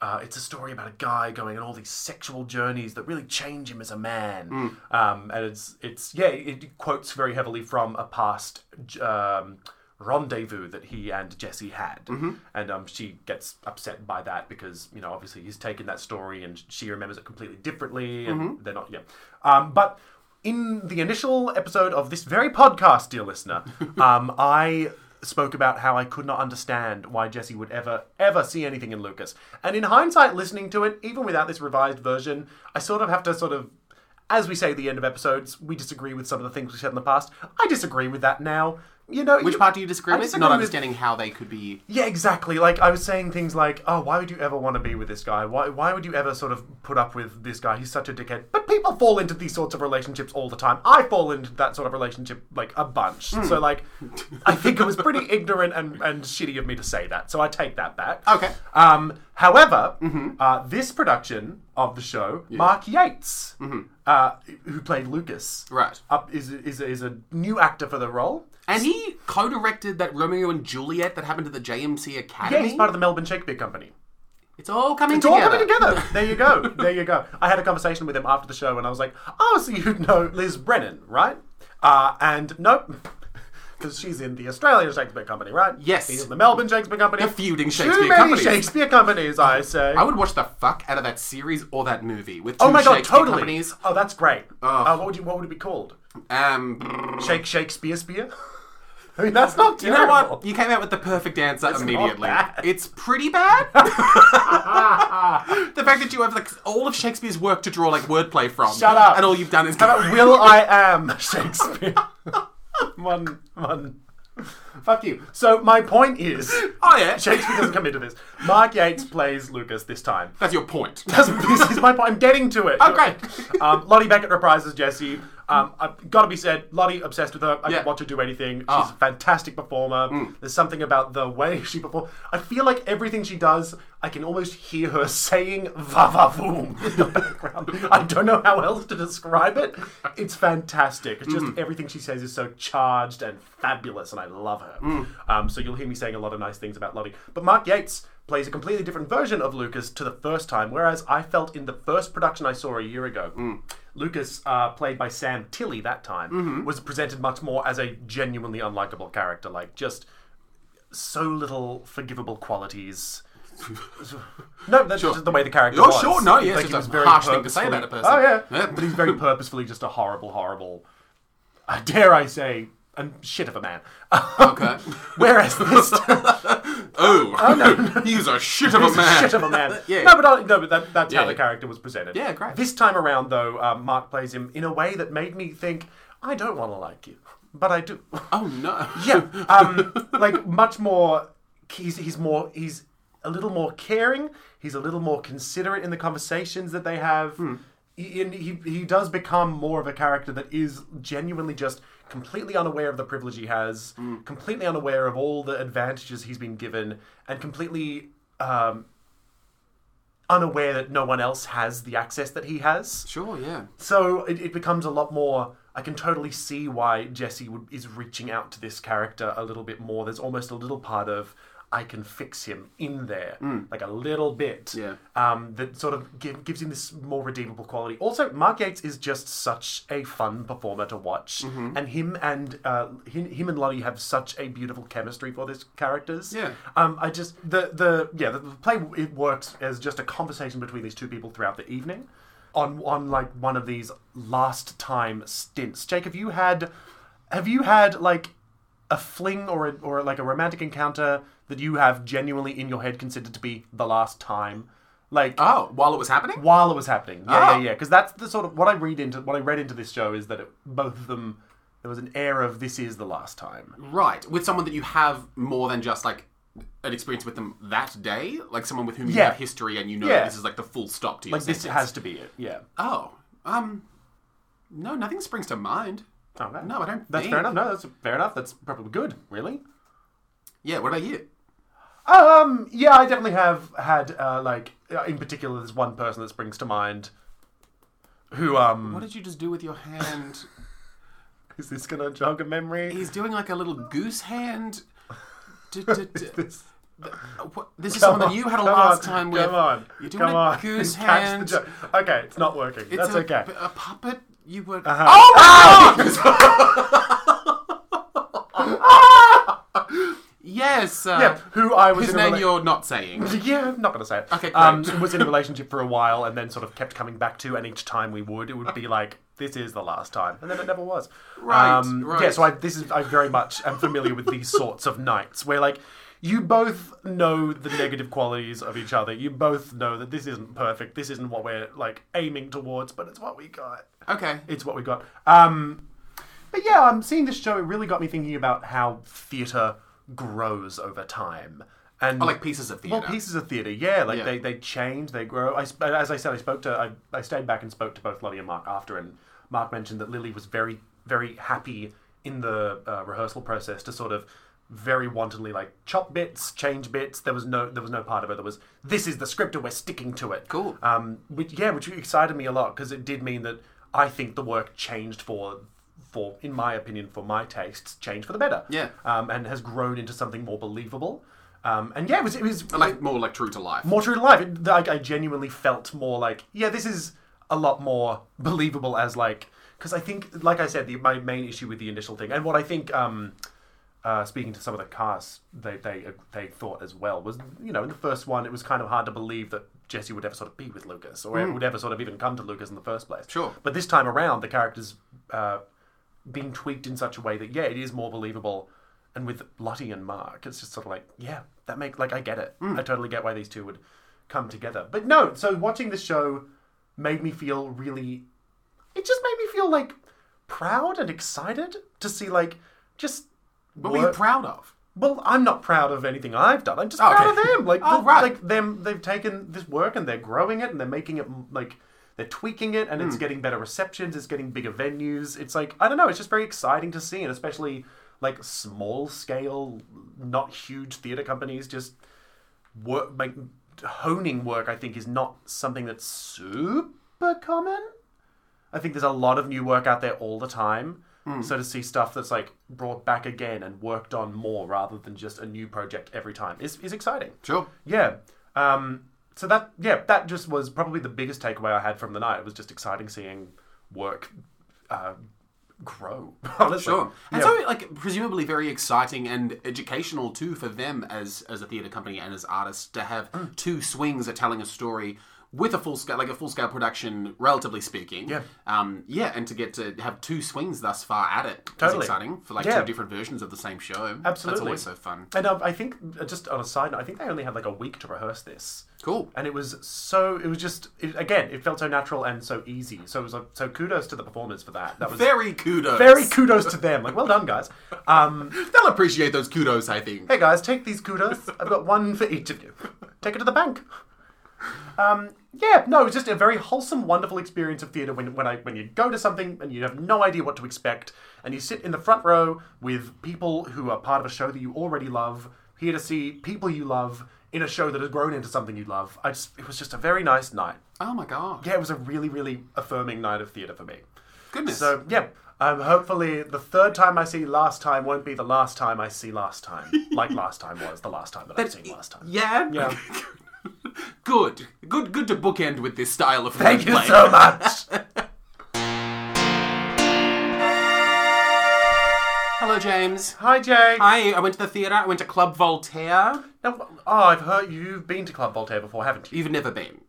uh, it's a story about a guy going on all these sexual journeys that really change him as a man. Um, and it's, it's yeah, it quotes very heavily from a past... Um, rendezvous that he and Jesse had. Mm-hmm. And um, she gets upset by that because, you know, obviously he's taken that story and she remembers it completely differently and Mm-hmm. they're not, yeah. Um, but in the initial episode of this very podcast, dear listener, um, I spoke about how I could not understand why Jesse would ever, ever see anything in Lucas. And in hindsight, listening to it, even without this revised version, I sort of have to sort of as we say at the end of episodes, we disagree with some of the things we said in the past. I disagree with that now. You know, Which you- part do you disagree I with? disagree Not with- understanding how they could be. Yeah, exactly. Like I was saying things like, "Oh, why would you ever want to be with this guy? Why, why would you ever sort of put up with this guy? He's such a dickhead." But people fall into these sorts of relationships all the time. I fall into that sort of relationship like a bunch. So Hmm. like, I think it was pretty ignorant and, and shitty of me to say that. So I take that back. Okay. Mm-hmm. Um, however, uh, this production of the show, Mark Yates uh, who played Lucas, Mm-hmm. Right. up is is is a new actor for the role. And he co-directed that Romeo and Juliet that happened at the JMC Academy. Yeah, he's part of the Melbourne Shakespeare Company. it's all coming It's all together. coming together. There you go. There you go. I had a conversation with him after the show, and I was like, "Oh, so you know Liz Brennan, right?" Uh, and nope, because she's in the Australian Shakespeare Company, right? Yes. he's in the Melbourne Shakespeare Company. The feuding Too Shakespeare many companies. Oh, Shakespeare companies, I say. I would watch the fuck out of that series or that movie with two oh my god, Shakespeare totally. companies. Oh, that's great. Uh, what would you? What would it be called? Um, Shake Shakespeare Spear. I mean, that's not you terrible. know what? You came out with the perfect answer immediately. bad. It's pretty bad. the fact that you have like all of Shakespeare's work to draw like wordplay from. Shut up. And all you've done is How about Will I Am Shakespeare? one, one. Fuck you. So my point is, Oh yeah, Shakespeare doesn't come into this. Mark Yates plays Lucas this time. That's your point. That's, this is my point. I'm getting to it. Oh, great. Um, Lottie Beckett reprises Jessie. Um, I've got to be said, Lottie obsessed with her. I Yeah. could watch her do anything. She's a fantastic performer. There's something about the way she performs. I feel like everything she does, I can almost hear her saying "va va voom" in the background. I don't know how else to describe it. It's fantastic. It's just everything she says is so charged and fabulous, and I love her. Um, so you'll hear me saying a lot of nice things about Lottie. But Mark Yates plays a completely different version of Lucas to the first time, whereas I felt in the first production I saw a year ago, Hmm. Lucas, uh, played by Sam Tilley that time, Mm-hmm. was presented much more as a genuinely unlikable character, like just so little forgivable qualities. no, that's just the way the character Oh, was. sure, no, yes, Like, it's he a was very harsh thing to say purposefully- about a person. Oh, yeah. Yeah. but he's very purposefully just a horrible, horrible, uh, dare I say, and shit of a man. Okay. Whereas this Oh, he's a shit of a He's a man. shit of a man. Yeah. No, but, I, no, but that, that's how Yeah. the character was presented. Yeah, great. This time around, though, um, Mark plays him in a way that made me think, I don't want to like you, but I do. Oh no. yeah, um, like much more. He's he's more he's a little more caring. He's a little more considerate in the conversations that they have. He, and he he does become more of a character that is genuinely just completely unaware of the privilege he has, completely unaware of all the advantages he's been given, and completely um, unaware that no one else has the access that he has. Sure. Yeah. So it, it becomes a lot more. I can totally see why Jesse would, is reaching out to this character a little bit more. There's almost a little part of I can fix him in there, like a little bit. Hmm. Yeah. Um, that sort of give, gives him this more redeemable quality. Also, Mark Yates is just such a fun performer to watch, Mm-hmm. and him and uh, him, him and Lottie have such a beautiful chemistry for these characters. Yeah. Um, I just the the yeah the, the play it works as just a conversation between these two people throughout the evening, on on like one of these last time stints. Jake, have you had, have you had like a fling or a, or like a romantic encounter that you have genuinely in your head considered to be the last time, like Oh, while it was happening. while it was happening? Yeah, Oh. yeah, yeah. Because that's the sort of what I read into what I read into this show is that it, both of them there was an air of this is the last time. Right. With someone that you have more than just like an experience with them that day, like someone with whom you Yeah. have history and you know Yeah. that this is like the full stop to your Like this sentence. has to be it. Yeah. Oh. Um. No, nothing springs to mind. Okay. No, I don't. That's think. fair enough. No, that's fair enough. That's probably good, really. Yeah. What about you? Um, yeah, I definitely have had uh, like uh, in particular, there's one person that springs to mind. Who um What did you just do with your hand? is this gonna jog a memory? He's doing like a little goose hand. Du- du- du- This- What- This is someone that you had a on, last time with. Come on, You're doing come a on. goose Catch the hand. joke. Okay, it's not working. It's That's a, okay. Uh-huh. A puppet. You were. Oh my god! Oh, yes. Uh, yeah, who I was His in a name rela- you're not saying. Yeah, I'm not going to say it. Okay, great. Um, was in a relationship for a while and then sort of kept coming back to, and each time we would, it would be like, this is the last time. And then it never was. Right, Um, right. Yeah, so I, this is, I very much am familiar with these sorts of nights where, like, you both know the negative qualities of each other. You both know that this isn't perfect. This isn't what we're, like, aiming towards, but it's what we got Okay. it's what we got. Um, but yeah, um, seeing this show, it really got me thinking about how theatre grows over time. And Oh, like pieces of theatre. well, pieces of theatre, yeah. Like Yeah. They, they change, they grow. I, sp- as I said, I spoke to, I, I stayed back and spoke to both Lottie and Mark after, and Mark mentioned that Lily was very, very happy in the uh, rehearsal process to sort of very wantonly like chop bits, change bits. There was no, there was no part of it that was this is the script and we're sticking to it. Cool. Um, which yeah, which excited me a lot because it did mean that I think the work changed for for in my opinion for my tastes changed for the better. Yeah. Um, and has grown into something more believable. Um, and yeah, it was it was like more like true to life. more true to life. It, like I genuinely felt more like, yeah, this is a lot more believable as like because I think, like I said, the, my main issue with the initial thing and what I think, um, uh, speaking to some of the cast, they they uh, they thought as well was you know in the first one it was kind of hard to believe that Jesse would ever sort of be with Lucas or would ever sort of even come to Lucas in the first place. Sure. But this time around, the characters. Uh, being tweaked in such a way that yeah, it is more believable. And with Lottie and Mark, it's just sort of like yeah, that make like I get it. I totally get why these two would come together. But no, so watching the show made me feel really. It just made me feel like proud and excited to see like just. What were you work- proud of? well, I'm not proud of anything I've done. I'm just Okay. proud of them. Like, Oh, the- right. like them, they've taken this work and they're growing it and they're making it m- like they're tweaking it and Hmm. it's getting better receptions. It's getting bigger venues. It's like I don't know. It's just very exciting to see, and especially like small scale, not huge theater companies just work like honing work. I think is not something that's super common. I think there's a lot of new work out there all the time. Hmm. So to see stuff that's like brought back again and worked on more rather than just a new project every time is, is exciting. Sure. Yeah. Um, so that yeah, that just was probably the biggest takeaway I had from the night. It was just exciting seeing work uh, grow. Honestly. Sure. And Yeah. so, like, presumably very exciting and educational too for them as as a theatre company and as artists to have Hmm. two swings at telling a story with a full scale, like a full scale production, relatively speaking. Yeah. Um. Yeah, and to get to have two swings thus far at it is Totally. exciting for like Yeah. two different versions of the same show. That's Absolutely. always so fun. and uh, I think uh, just on a side note, I think they only had like a week to rehearse this. Cool. and it was so it was just it, again it felt so natural and so easy so it was like so kudos to the performers for that that was very, Very kudos. kudos to them like well done guys um They'll appreciate those kudos, I think. hey guys take these kudos i've got one for each of you take it to the bank um yeah no it was just a very wholesome wonderful experience of theater when, when i when you go to something and you have no idea what to expect and you sit in the front row with people who are part of a show that you already love here to see people you love in a show that has grown into something you love i just it was just a very nice night Oh my god. yeah, it was a really, really affirming night of theatre for me. Goodness. So, yeah, um, hopefully the third time I see Last Time won't be the last time I see Last Time, like Last Time was the last time that I've seen Last Time. yeah. Yeah. good. Good. Good to bookend with this style of Thank you wordplay. so much. Hello, James. Hi, Jay. Hi, I went to the theatre. I went to Club Voltaire. Now, oh, I've heard you've been to Club Voltaire before, haven't you? You've never been.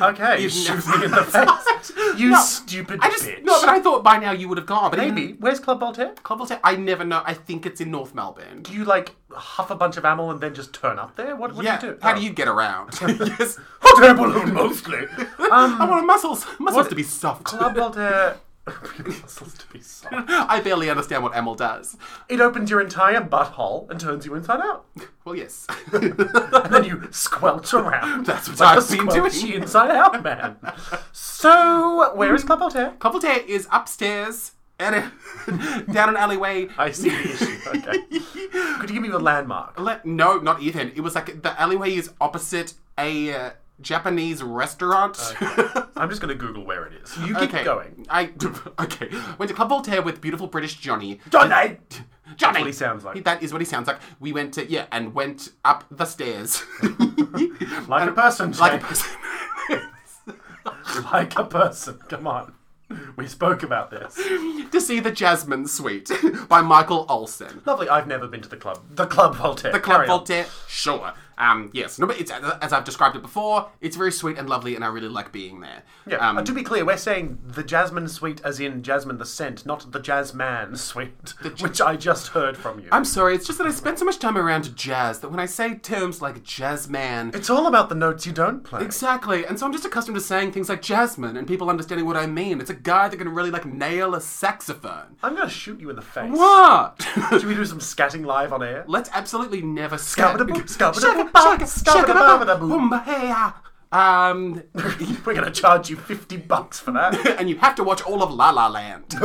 Okay, you shoot me in the face. You stupid I just bitch. Mm. no, but I thought by now you would have gone. But even- Maybe. Where's Club Voltaire? Club Voltaire. I never know. I think it's in North Melbourne. Do you, like, huff a bunch of amyl and then just turn up there? What, what yeah. do Oh. you do? How do you get around? yes. Hot air balloon, mostly. Um, I want muscles. Muscles to be soft. Club Voltaire... Muscles to be soft. I barely understand what Emil does. It opens your entire butthole and turns you inside out. Well, yes. And then you squelch around. That's what like I've a been squelchy doing. inside out, man. So, where is Club Voltaire? Club Voltaire is upstairs and uh, down an alleyway. I see the issue. Okay. Could you give me the landmark? Le- no, not Ethan. It was like the alleyway is opposite a uh, Japanese restaurant. I'm just going to Google where it is. You keep okay. going. I okay. Went to Club Voltaire with beautiful British Johnny. Johnny! Johnny. what he sounds like. That is what he sounds like. We went to yeah, and went up the stairs. Like a person, like a Jake. person. Like a person. Come on. We spoke about this. to see the Jasmine Suite by Michael Olsen. Lovely. I've never been to the club. The Club Voltaire. The Club Voltaire, sure. Um, yes, no, but it's as I've described it before. It's very sweet and lovely, and I really like being there. Yeah. Um, uh, to be clear, we're saying the Jasmine Suite as in Jasmine the Scent, not the Jazzman Suite, which I just heard from you. I'm sorry. It's just that I spend so much time around jazz that when I say terms like jazz man, It's all about the notes you don't play. Exactly, and so I'm just accustomed to saying things like Jasmine and people understanding what I mean. It's a guy that can really like nail a saxophone. I'm gonna shoot you in the face. What? Should we do some scatting live on air? Let's absolutely never Scabba-da-boo, scabba-da-boo, scabba-da-boo. scab. Um, We're gonna charge you fifty bucks for that. and you have to watch all of La La Land.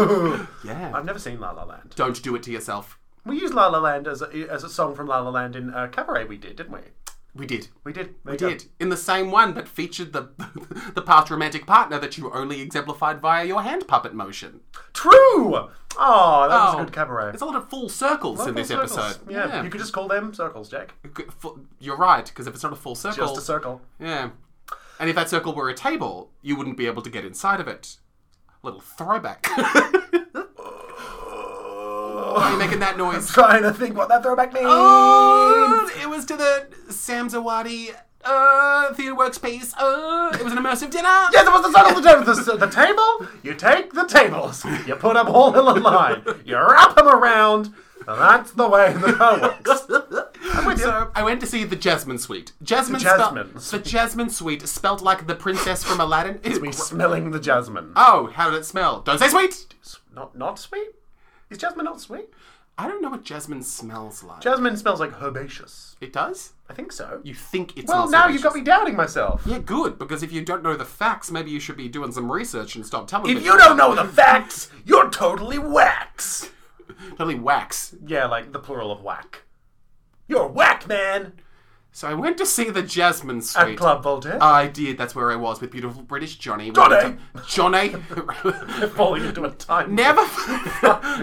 yeah. I've never seen La La Land. Don't do it to yourself. We used La La Land as a, as a song from La La Land in uh, Cabaret. We did, didn't we? We did. We did. We did. In the same one, but featured the the past romantic partner that you only exemplified via your hand puppet motion. True. Oh, that was Oh. a good cabaret. There's a lot of full circles in this Circles. episode. Yeah. you could just call them circles, Jack. G- fu- You're right, because if it's not a full circle, Just a circle. yeah. And if that circle were a table, you wouldn't be able to get inside of it. Little throwback. Why are you making that noise? Trying to think what that throwback means. Oh, it was to the Sam Zawadi uh, theatre works piece. Uh, it was an immersive dinner. Yes, it was the circle. The table. The, the table. You take the tables. You put them all in a line. You wrap them around. And that's the way that that works. So I went to see the Jasmine Suite. Jasmine, The Jasmine spell- the Jasmine Suite, spelled like the princess from Aladdin. Is We smelling the jasmine. oh, how did it smell? Don't say sweet. Not not sweet. Is jasmine not sweet? I don't know what jasmine smells like. Jasmine smells like herbaceous. it does. I think so. You think it's well, now you've got me doubting myself. Yeah, good. Because if you don't know the facts, maybe you should be doing some research and stop telling. If me. you don't know the facts, you're totally wax. totally wax. Yeah, like the plural of whack. You're whack, man. So I went to see the Jasmine At Suite. Club Voltaire. I did. That's where I was with beautiful British Johnny. Johnny! Johnny. falling into a time. Never,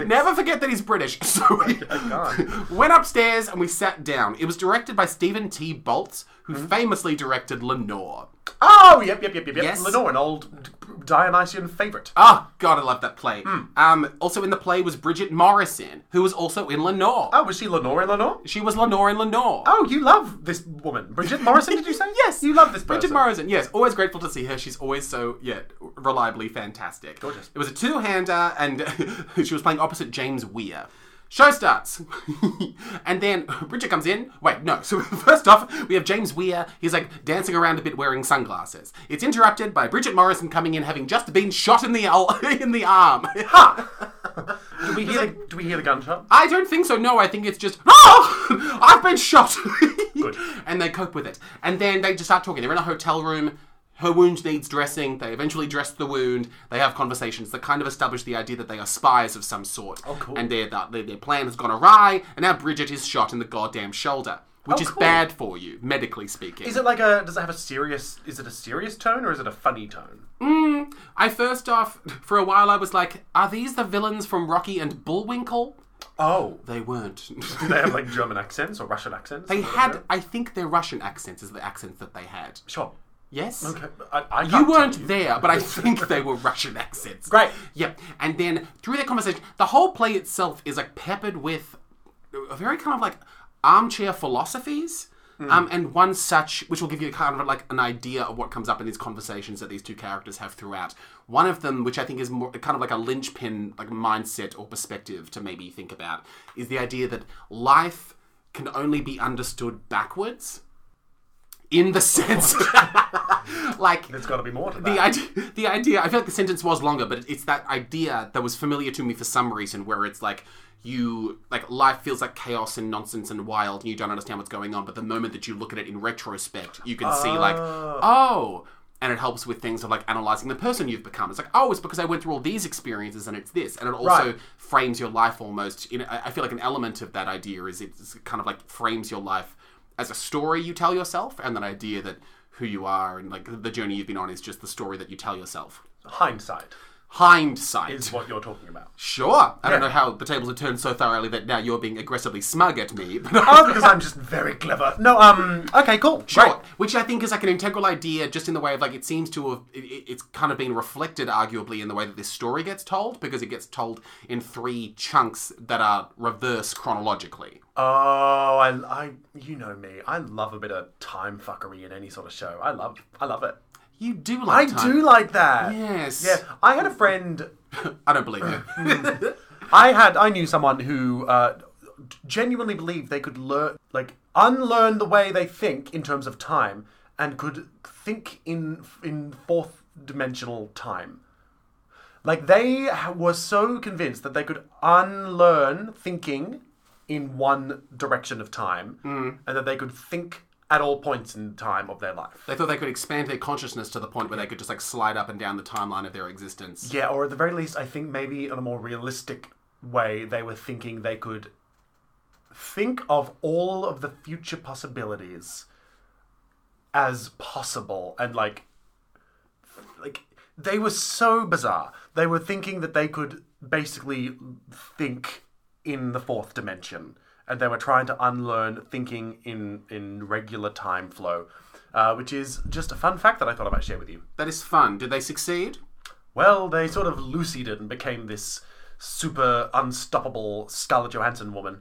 never forget that he's British. So Oh we went upstairs and we sat down. It was directed by Stephen T. Boltz, who Hmm? famously directed Lenore. Oh, yep, yep, yep, yep, yep. Yes. Lenore, an old Dionysian favourite. Ah, God, I love that play. Hmm. Um, also in the play was Bridget Morrison, who was also in Lenore. Oh, was she Lenore in Lenore? She was Lenore in Lenore. Oh, you love this woman. Bridget Morrison, did you say? yes. You love this person. Bridget Morrison, yes, always grateful to see her. She's always so, yeah, reliably fantastic. Gorgeous. It was a two hander, and she was playing opposite James Weir. Show starts. and then Bridget comes in. Wait, no. So, first off, we have James Weir. He's like dancing around a bit wearing sunglasses. It's interrupted by Bridget Morrison coming in having just been shot in the, al- in the arm. do, we hear the, do we hear the gunshot? I don't think so. No, I think it's just oh, I've been shot. And they cope with it, and then they just start talking. They're in a hotel room. Her wound needs dressing. They eventually dress the wound. They have conversations that kind of establish the idea that they are spies of some sort. Oh, cool. And their, their, their plan has gone awry, and now Bridget is shot in the goddamn shoulder, which Oh, is cool. bad for you, medically speaking. Is it like a. Does it have a serious. Is it a serious tone or is it a funny tone? I first off, for a while, I was like, are these the villains from Rocky and Bullwinkle? Oh. They weren't. They have like German accents or Russian accents? They had, I think, their Russian accents is the accents that they had. Sure. Yes. Okay. I, I You can't weren't tell there, but I think they were Russian accents. Great. Yep. And then through that conversation, the whole play itself is like peppered with a very kind of like armchair philosophies. Um, and one such, which will give you kind of like an idea of what comes up in these conversations that these two characters have throughout. One of them, which I think is more kind of like a linchpin, like mindset or perspective to maybe think about, is the idea that life can only be understood backwards. In the sense, like There's got to be more to that. the idea, the idea. I feel like the sentence was longer, but it's that idea that was familiar to me for some reason, where it's like you like life feels like chaos and nonsense and wild, and you don't understand what's going on. But the moment that you look at it in retrospect, you can see like, oh. And it helps with things of like analyzing the person you've become. It's like, oh, it's because I went through all these experiences and it's this. And it also Right. frames your life almost. In, I I feel like an element of that idea is it's kind of like frames your life as a story you tell yourself, and that idea that who you are and like the journey you've been on is just the story that you tell yourself. Hindsight Hindsight. is what you're talking about. sure. I don't know how the tables have turned so thoroughly that now you're being aggressively smug at me. But Oh, because I'm just very clever. No, um. Okay, cool. Sure. Great. Which I think is like an integral idea, just in the way of like it seems to have, it, it- it's kind of been reflected arguably in the way that this story gets told, because it gets told in three chunks that are reverse chronologically. Oh, I, I, you know me. I love a bit of time fuckery in any sort of show. I love, I love it. You do I like time. do like that. Yes. Yeah. I had a friend. I don't believe you. I had. I knew someone who uh, genuinely believed they could learn, like, unlearn the way they think in terms of time, and could think in in fourth dimensional time. Like they ha- were so convinced that they could unlearn thinking in one direction of time, and that they could think at all points in time of their life. they thought they could expand their consciousness to the point where they could just like slide up and down the timeline of their existence. Yeah, or at the very least, I think maybe in a more realistic way, they were thinking they could think of all of the future possibilities as possible and like like they were so bizarre. They were thinking that they could basically think in the fourth dimension, and they were trying to unlearn thinking in in regular time flow, uh, which is just a fun fact that I thought I might share with you. That is fun. Did they succeed? Well, they sort of lucid it and became this super unstoppable Scarlett Johansson woman.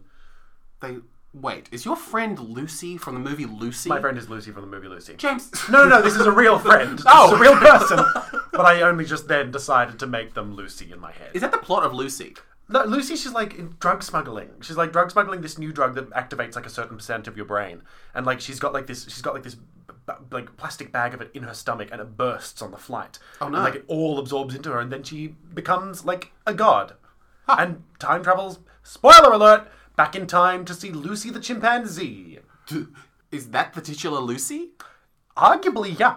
They wait. Is your friend Lucy from the movie Lucy? My friend is Lucy from the movie Lucy. James. No, no, no. This is a real friend. Oh. it's a real person. but I only just then decided to make them Lucy in my head. Is that the plot of Lucy? No, Lucy, she's like in drug smuggling. She's like drug smuggling this new drug that activates like a certain percent of your brain, and like she's got like this, she's got like this, b- b- like plastic bag of it in her stomach, and it bursts on the flight. Oh, no. And, like it all absorbs into her, and then she becomes like a god, and time travels. Spoiler alert! Back in time to see Lucy the chimpanzee. Is that the titular Lucy? Arguably, yeah.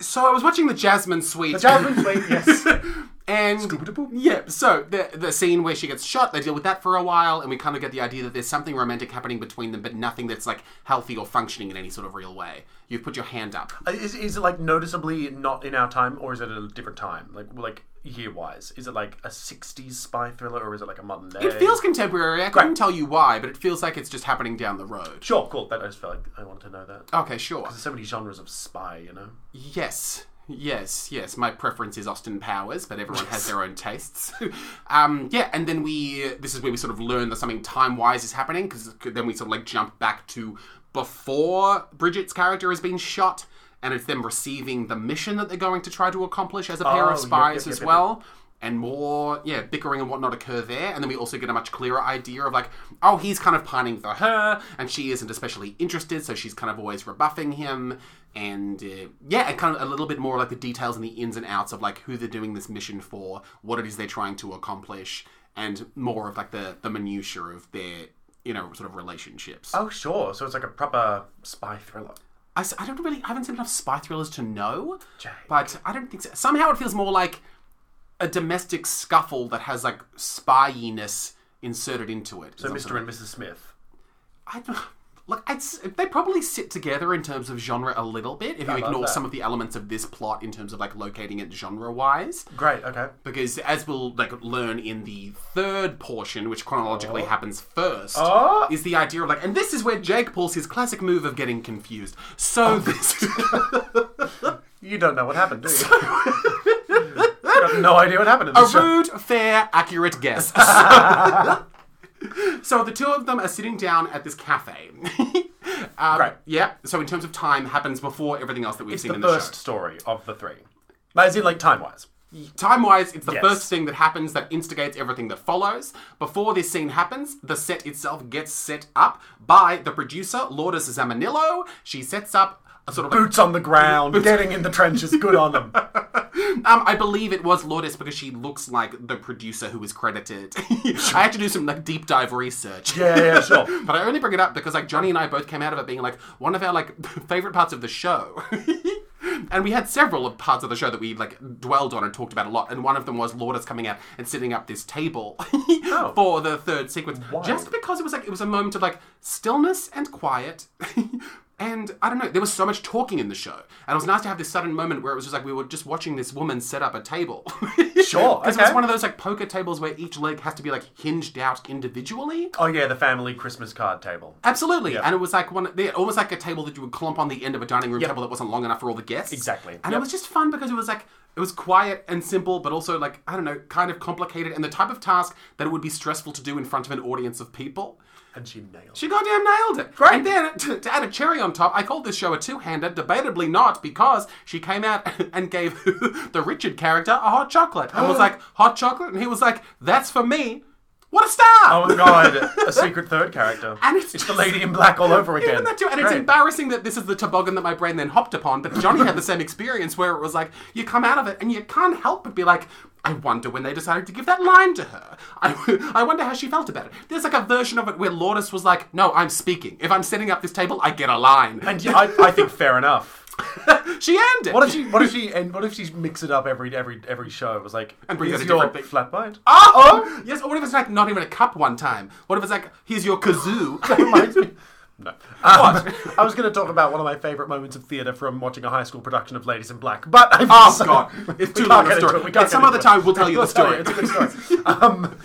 So I was watching the Jasmine Suite. Jasmine Fleet, yes. And yeah, so the the scene where she gets shot, they deal with that for a while, and we kind of get the idea that there's something romantic happening between them, but nothing that's like healthy or functioning in any sort of real way. You've put your hand up. Uh, Is, is it like noticeably not in our time, or is it at a different time? Like like year wise, is it like a '60s spy thriller, or is it like a modern day? It feels contemporary. I couldn't tell you why, but it feels like it's just happening down the road. sure, cool. That I just felt like I wanted to know that. Okay, sure. There's so many genres of spy, you know. Yes, yes, yes. My preference is Austin Powers, but everyone has their own tastes. um, yeah, and then we this is where we sort of learn that something time wise is happening because then we sort of like jump back to before Bridget's character has been shot, and it's them receiving the mission that they're going to try to accomplish as a pair Oh, yep, of spies yep, yep, as yep, well. And more, yeah, bickering and whatnot occur there, and then we also get a much clearer idea of like, oh, he's kind of pining for her, and she isn't especially interested, so she's kind of always rebuffing him, and uh, yeah, and kind of a little bit more like the details and the ins and outs of like who they're doing this mission for, what it is they're trying to accomplish, and more of like the the minutia of their you know sort of relationships. Oh sure, so it's like a proper spy thriller. I, s- I don't really I haven't seen enough spy thrillers to know, Jake. but I don't think so. Somehow it feels more like a domestic scuffle that has like spyiness inserted into it. So Mr. and Mrs. Smith. I don't. Look, I'd, s- they probably sit together in terms of genre a little bit if you ignore that. some of the elements of this plot in terms of like locating it genre wise Great. Okay. because as we'll like learn in the third portion, which chronologically happens first, Oh. is the idea of like, and this is where Jake pulls his classic move of getting confused. So Oh, this, You don't know what happened, do you? you have no idea what happened in this show. rude, fair, accurate guess. so the two of them are sitting down at this cafe. um, Right. Yeah. So in terms of time, happens before everything else that we've seen The in the show. first story of the three. As in, like time wise. Time wise, it's the Yes. first thing that happens that instigates everything that follows. Before this scene happens, the set itself gets set up by the producer, Lourdes Zamanillo. She sets up a sort of like, Boots on the ground, getting in the trenches. Good on them. um, I believe it was Lourdes because she looks like the producer who is credited. I had to do some like deep dive research. Yeah, yeah, sure. But I only bring it up because like Johnny and I both came out of it being like one of our like favorite parts of the show. and we had several of parts of the show that we like dwelled on and talked about a lot. And one of them was Lourdes coming out and setting up this table for the third sequence. Just because it was like it was a moment of like stillness and quiet. And I don't know, there was so much talking in the show. And it was nice to have this sudden moment where it was just like we were just watching this woman set up a table. Sure, Because it was okay. one of those like poker tables where each leg has to be like hinged out individually. Oh yeah, the family Christmas card table. Absolutely, and it was like one, yeah, almost like a table that you would clump on the end of a dining room table that wasn't long enough for all the guests. Exactly. and it was just fun because it was like it was quiet and simple, but also like I don't know, kind of complicated, and the type of task that it would be stressful to do in front of an audience of people. And she nailed it. She goddamn nailed it. Great. And then to, to add a cherry on top, I called this show a two-hander, debatably not, because she came out and gave the Richard character a hot chocolate and was like, "Hot chocolate," and he was like, "That's for me." What a star! Oh my god, a secret third character. And it's the just- lady in black all over again. Even that too, and it's Great. embarrassing that this is the toboggan that my brain then hopped upon. But Johnny had the same experience where it was like you come out of it and you can't help but be like, I wonder when they decided to give that line to her. I, I wonder how she felt about it. There's like a version of it where Lourdes was like, No, I'm speaking. If I'm setting up this table, I get a line. And yeah, I, I think fair enough. she ended. What if she? What if she? And what if she mix it up every every every show? It was like, And brings here's out a your different thing. flat white. Oh! Oh, yes. Or what if it's like not even a cup one time? What if it's like here's your kazoo? Reminds me. No. Um, I was going to talk about one of my favourite moments of theatre from watching a high school production of Ladies in Black, but I've Oh decided- god, We it's too can't long a get into story. it, we can't At some get other into it. time, we'll tell you the We'll tell story. you, It's a good story.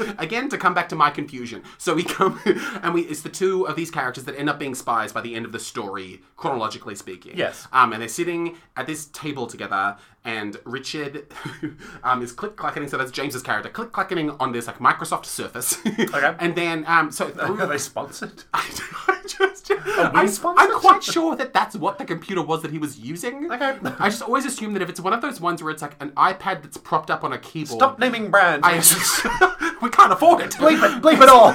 Um, Again, to come back to my confusion. So we come and we it's the two of these characters that end up being spies by the end of the story, chronologically speaking. Yes. Um, and they're sitting at this table together, and Richard um, is click clacketing. So that's James's character click clacketing on this like Microsoft Surface. Okay. and then um, so through, are they sponsored? I just, we I, sponsored? I'm quite sure that that's what the computer was that he was using. Okay. I just always assume that if it's one of those ones where it's like an iPad that's propped up on a keyboard. Stop naming brands. I we can't afford it. bleep it, bleep it all.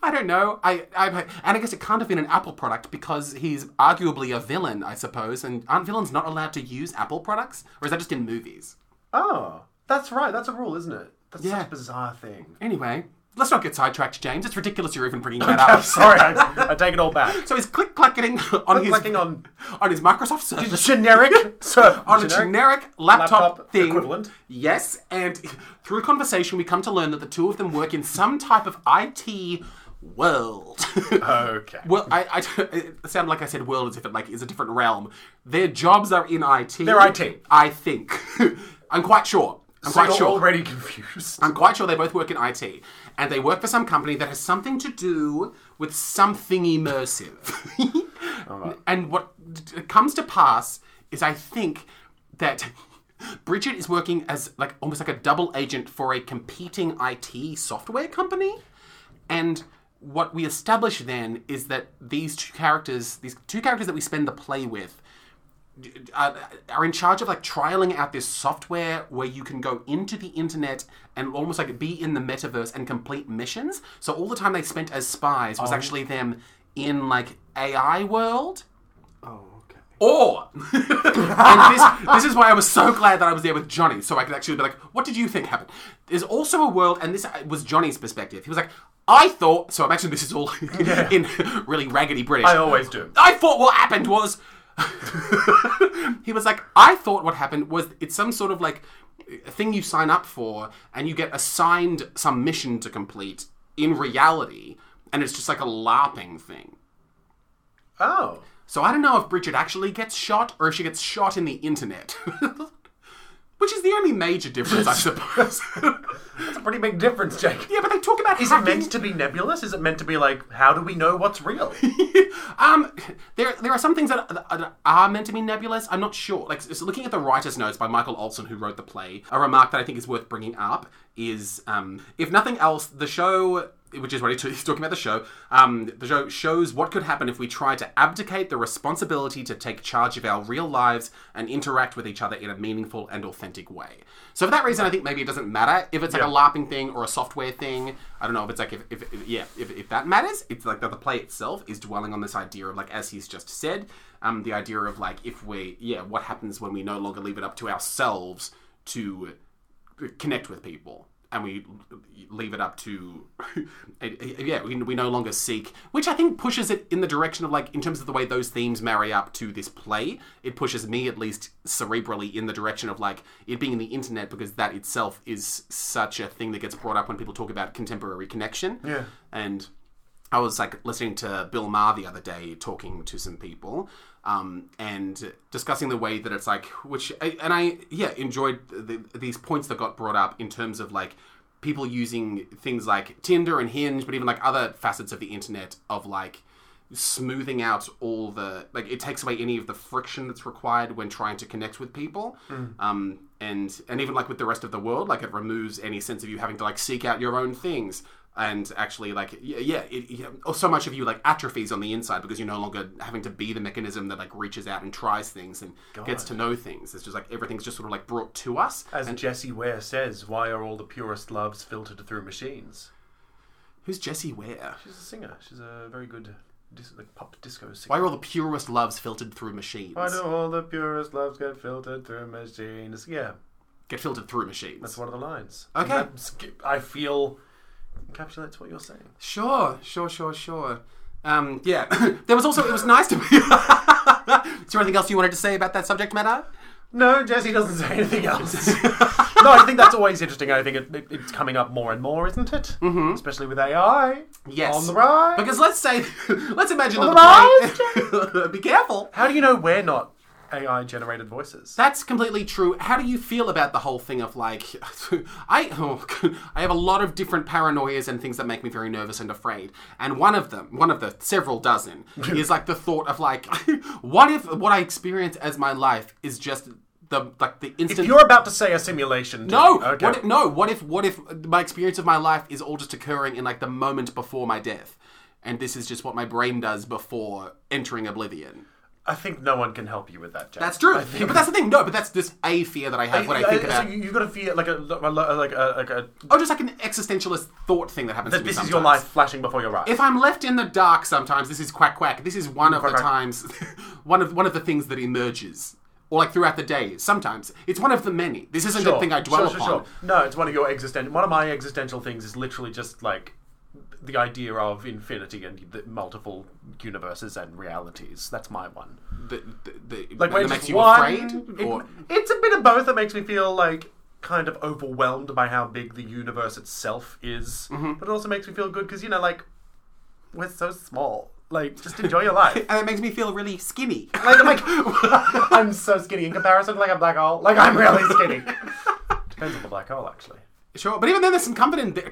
I don't know. I, I and I guess it can't have been an Apple product because he's arguably a villain, I suppose. And aren't villains not allowed to use Apple products, or is that just in movies? oh, that's right. That's a rule, isn't it? That's Yeah. such a bizarre thing. Anyway, let's not get sidetracked, James. It's ridiculous you're even bringing that up. Sorry, I, I take it all back. So he's click clacking on his Click-clacking on- on his Microsoft Surface. Generic, sir. on a generic laptop, laptop thing. equivalent. Yes, and through conversation, we come to learn that the two of them work in some type of IT world. Oh, Okay. well, I, I it sounded like I said world as if it like is a different realm. Their jobs are in IT. They're IT. I think. I'm quite sure. So I'm quite you're sure. already confused. I'm quite sure they both work in IT, and they work for some company that has something to do with something immersive. and what d- comes to pass is, I think that Bridget is working as like almost like a double agent for a competing IT software company, and. What we establish then is that these two characters, these two characters that we spend the play with, are, uh, are in charge of like trialing out this software where you can go into the internet and almost like be in the metaverse and complete missions. So all the time they spent as spies was actually them in like AI world. Or and this, this is why I was so glad that I was there with Johnny, so I could actually be like, "What did you think happened?" There's also a world, and this uh, was John's perspective. He was like, "I thought." So imagine this is all in really raggedy British. I always do. I thought what happened was. he was like, I thought what happened was it's some sort of like thing you sign up for and you get assigned some mission to complete in reality, and it's just like a LARPing thing. Oh. So I don't know if Bridget actually gets shot or if she gets shot in the internet. Which is the only major difference, I suppose. That's a pretty big difference, Jake. yeah, but they talk about Is it hacking. meant to be nebulous? Is it meant to be like, how do we know what's real? um, there there are some things that, that are meant to be nebulous. I'm not sure. Like, so looking at the writer's notes by Michael Olson, who wrote the play, a remark that I think is worth bringing up is, um, if nothing else, the show. Which is what he t- he's talking about the show. Um, the show shows what could happen if we try to abdicate the responsibility to take charge of our real lives and interact with each other in a meaningful and authentic way. So for that reason, I think maybe it doesn't matter if it's like a LARPing thing or a software thing. I don't know if it's like if, if, if- yeah if, if that matters. It's like that the play itself is dwelling on this idea of like as he's just said, um, the idea of like if we yeah what happens when we no longer leave it up to ourselves to connect with people and we leave it up to yeah we, we no longer seek which i think pushes it in the direction of like in terms of the way those themes marry up to this play it pushes me at least cerebrally in the direction of like it being in the internet because that itself is such a thing that gets brought up when people talk about contemporary connection Yeah. and I was like listening to Bill Maher the other day talking to some people, um, and discussing the way that it's like, which and I yeah enjoyed the, these points that got brought up in terms of like people using things like Tinder and Hinge, but even like other facets of the internet of like smoothing out all the like it takes away any of the friction that's required when trying to connect with people Hmm. um and and even like with the rest of the world like it removes any sense of you having to like seek out your own things and actually like y- yeah, it, yeah or so much of you like atrophies on the inside because you're no longer having to be the mechanism that like reaches out and tries things and gets to know things it's just like everything's just sort of like brought to us As Jesse Ware says, why are all the purest loves filtered through machines? who's jesse ware She's a singer. She's a very good dis- like pop disco singer. why are all the purest loves filtered through machines Why do all the purest loves get filtered through machines? Yeah, get filtered through machines that's one of the lines. Okay. And that's- I feel encapsulates what you're saying. Sure, sure, sure, sure. Um, yeah, there was also it was nice to be. Is there anything else you wanted to say about that subject matter? No, Jesse doesn't say anything else. no, I think that's always interesting. I think it, it, it's coming up more and more, isn't it? Mm-hmm. Especially with AI. Yes. On the rise. Because let's say, let's imagine On that the point. Be careful. How do you know we're not AI generated voices? That's completely true. How do you feel about the whole thing of like, I, oh, I have a lot of different paranoias and things that make me very nervous and afraid. And one of them, one of the several dozen, is like the thought of like, what if what I experience as my life is just the like the instant. You're about to say a simulation. to No. me. Okay. What if, no. What if? What if my experience of my life is all just occurring in like the moment before my death, and this is just what my brain does before entering oblivion. I think no one can help you with that, Jack. That's true. But that's the thing. No, but that's just a fear that I have when I think Uh, so about. you- you've got to feel like a, a- like a, like a Oh, just like an existentialist thought thing that happens to that me this is sometimes. your life flashing before your eyes. If I'm left in the dark sometimes, this is quack quack. This is one of the Mm, quack. times, one of one of the things that emerges, or like throughout the day. Sometimes it's one of the many. This isn't a thing I dwell sure, upon. Sure. No, it's one of your existential. One of my existential things is literally just like the idea of infinity and the multiple universes and realities. That's my one. The, the, the, Like when that it's makes just you one, afraid, it- or it's a bit of both that makes me feel like kind of overwhelmed by how big the universe itself is, Mm-hmm. but it also makes me feel good because you know, like we're so small. Like, just enjoy your life. and it makes me feel really skinny. Like, I'm like, I'm so skinny in comparison to like a black hole. Like, I'm really skinny. Depends on the black hole, actually. Sure, but even then, there's some comfort in there.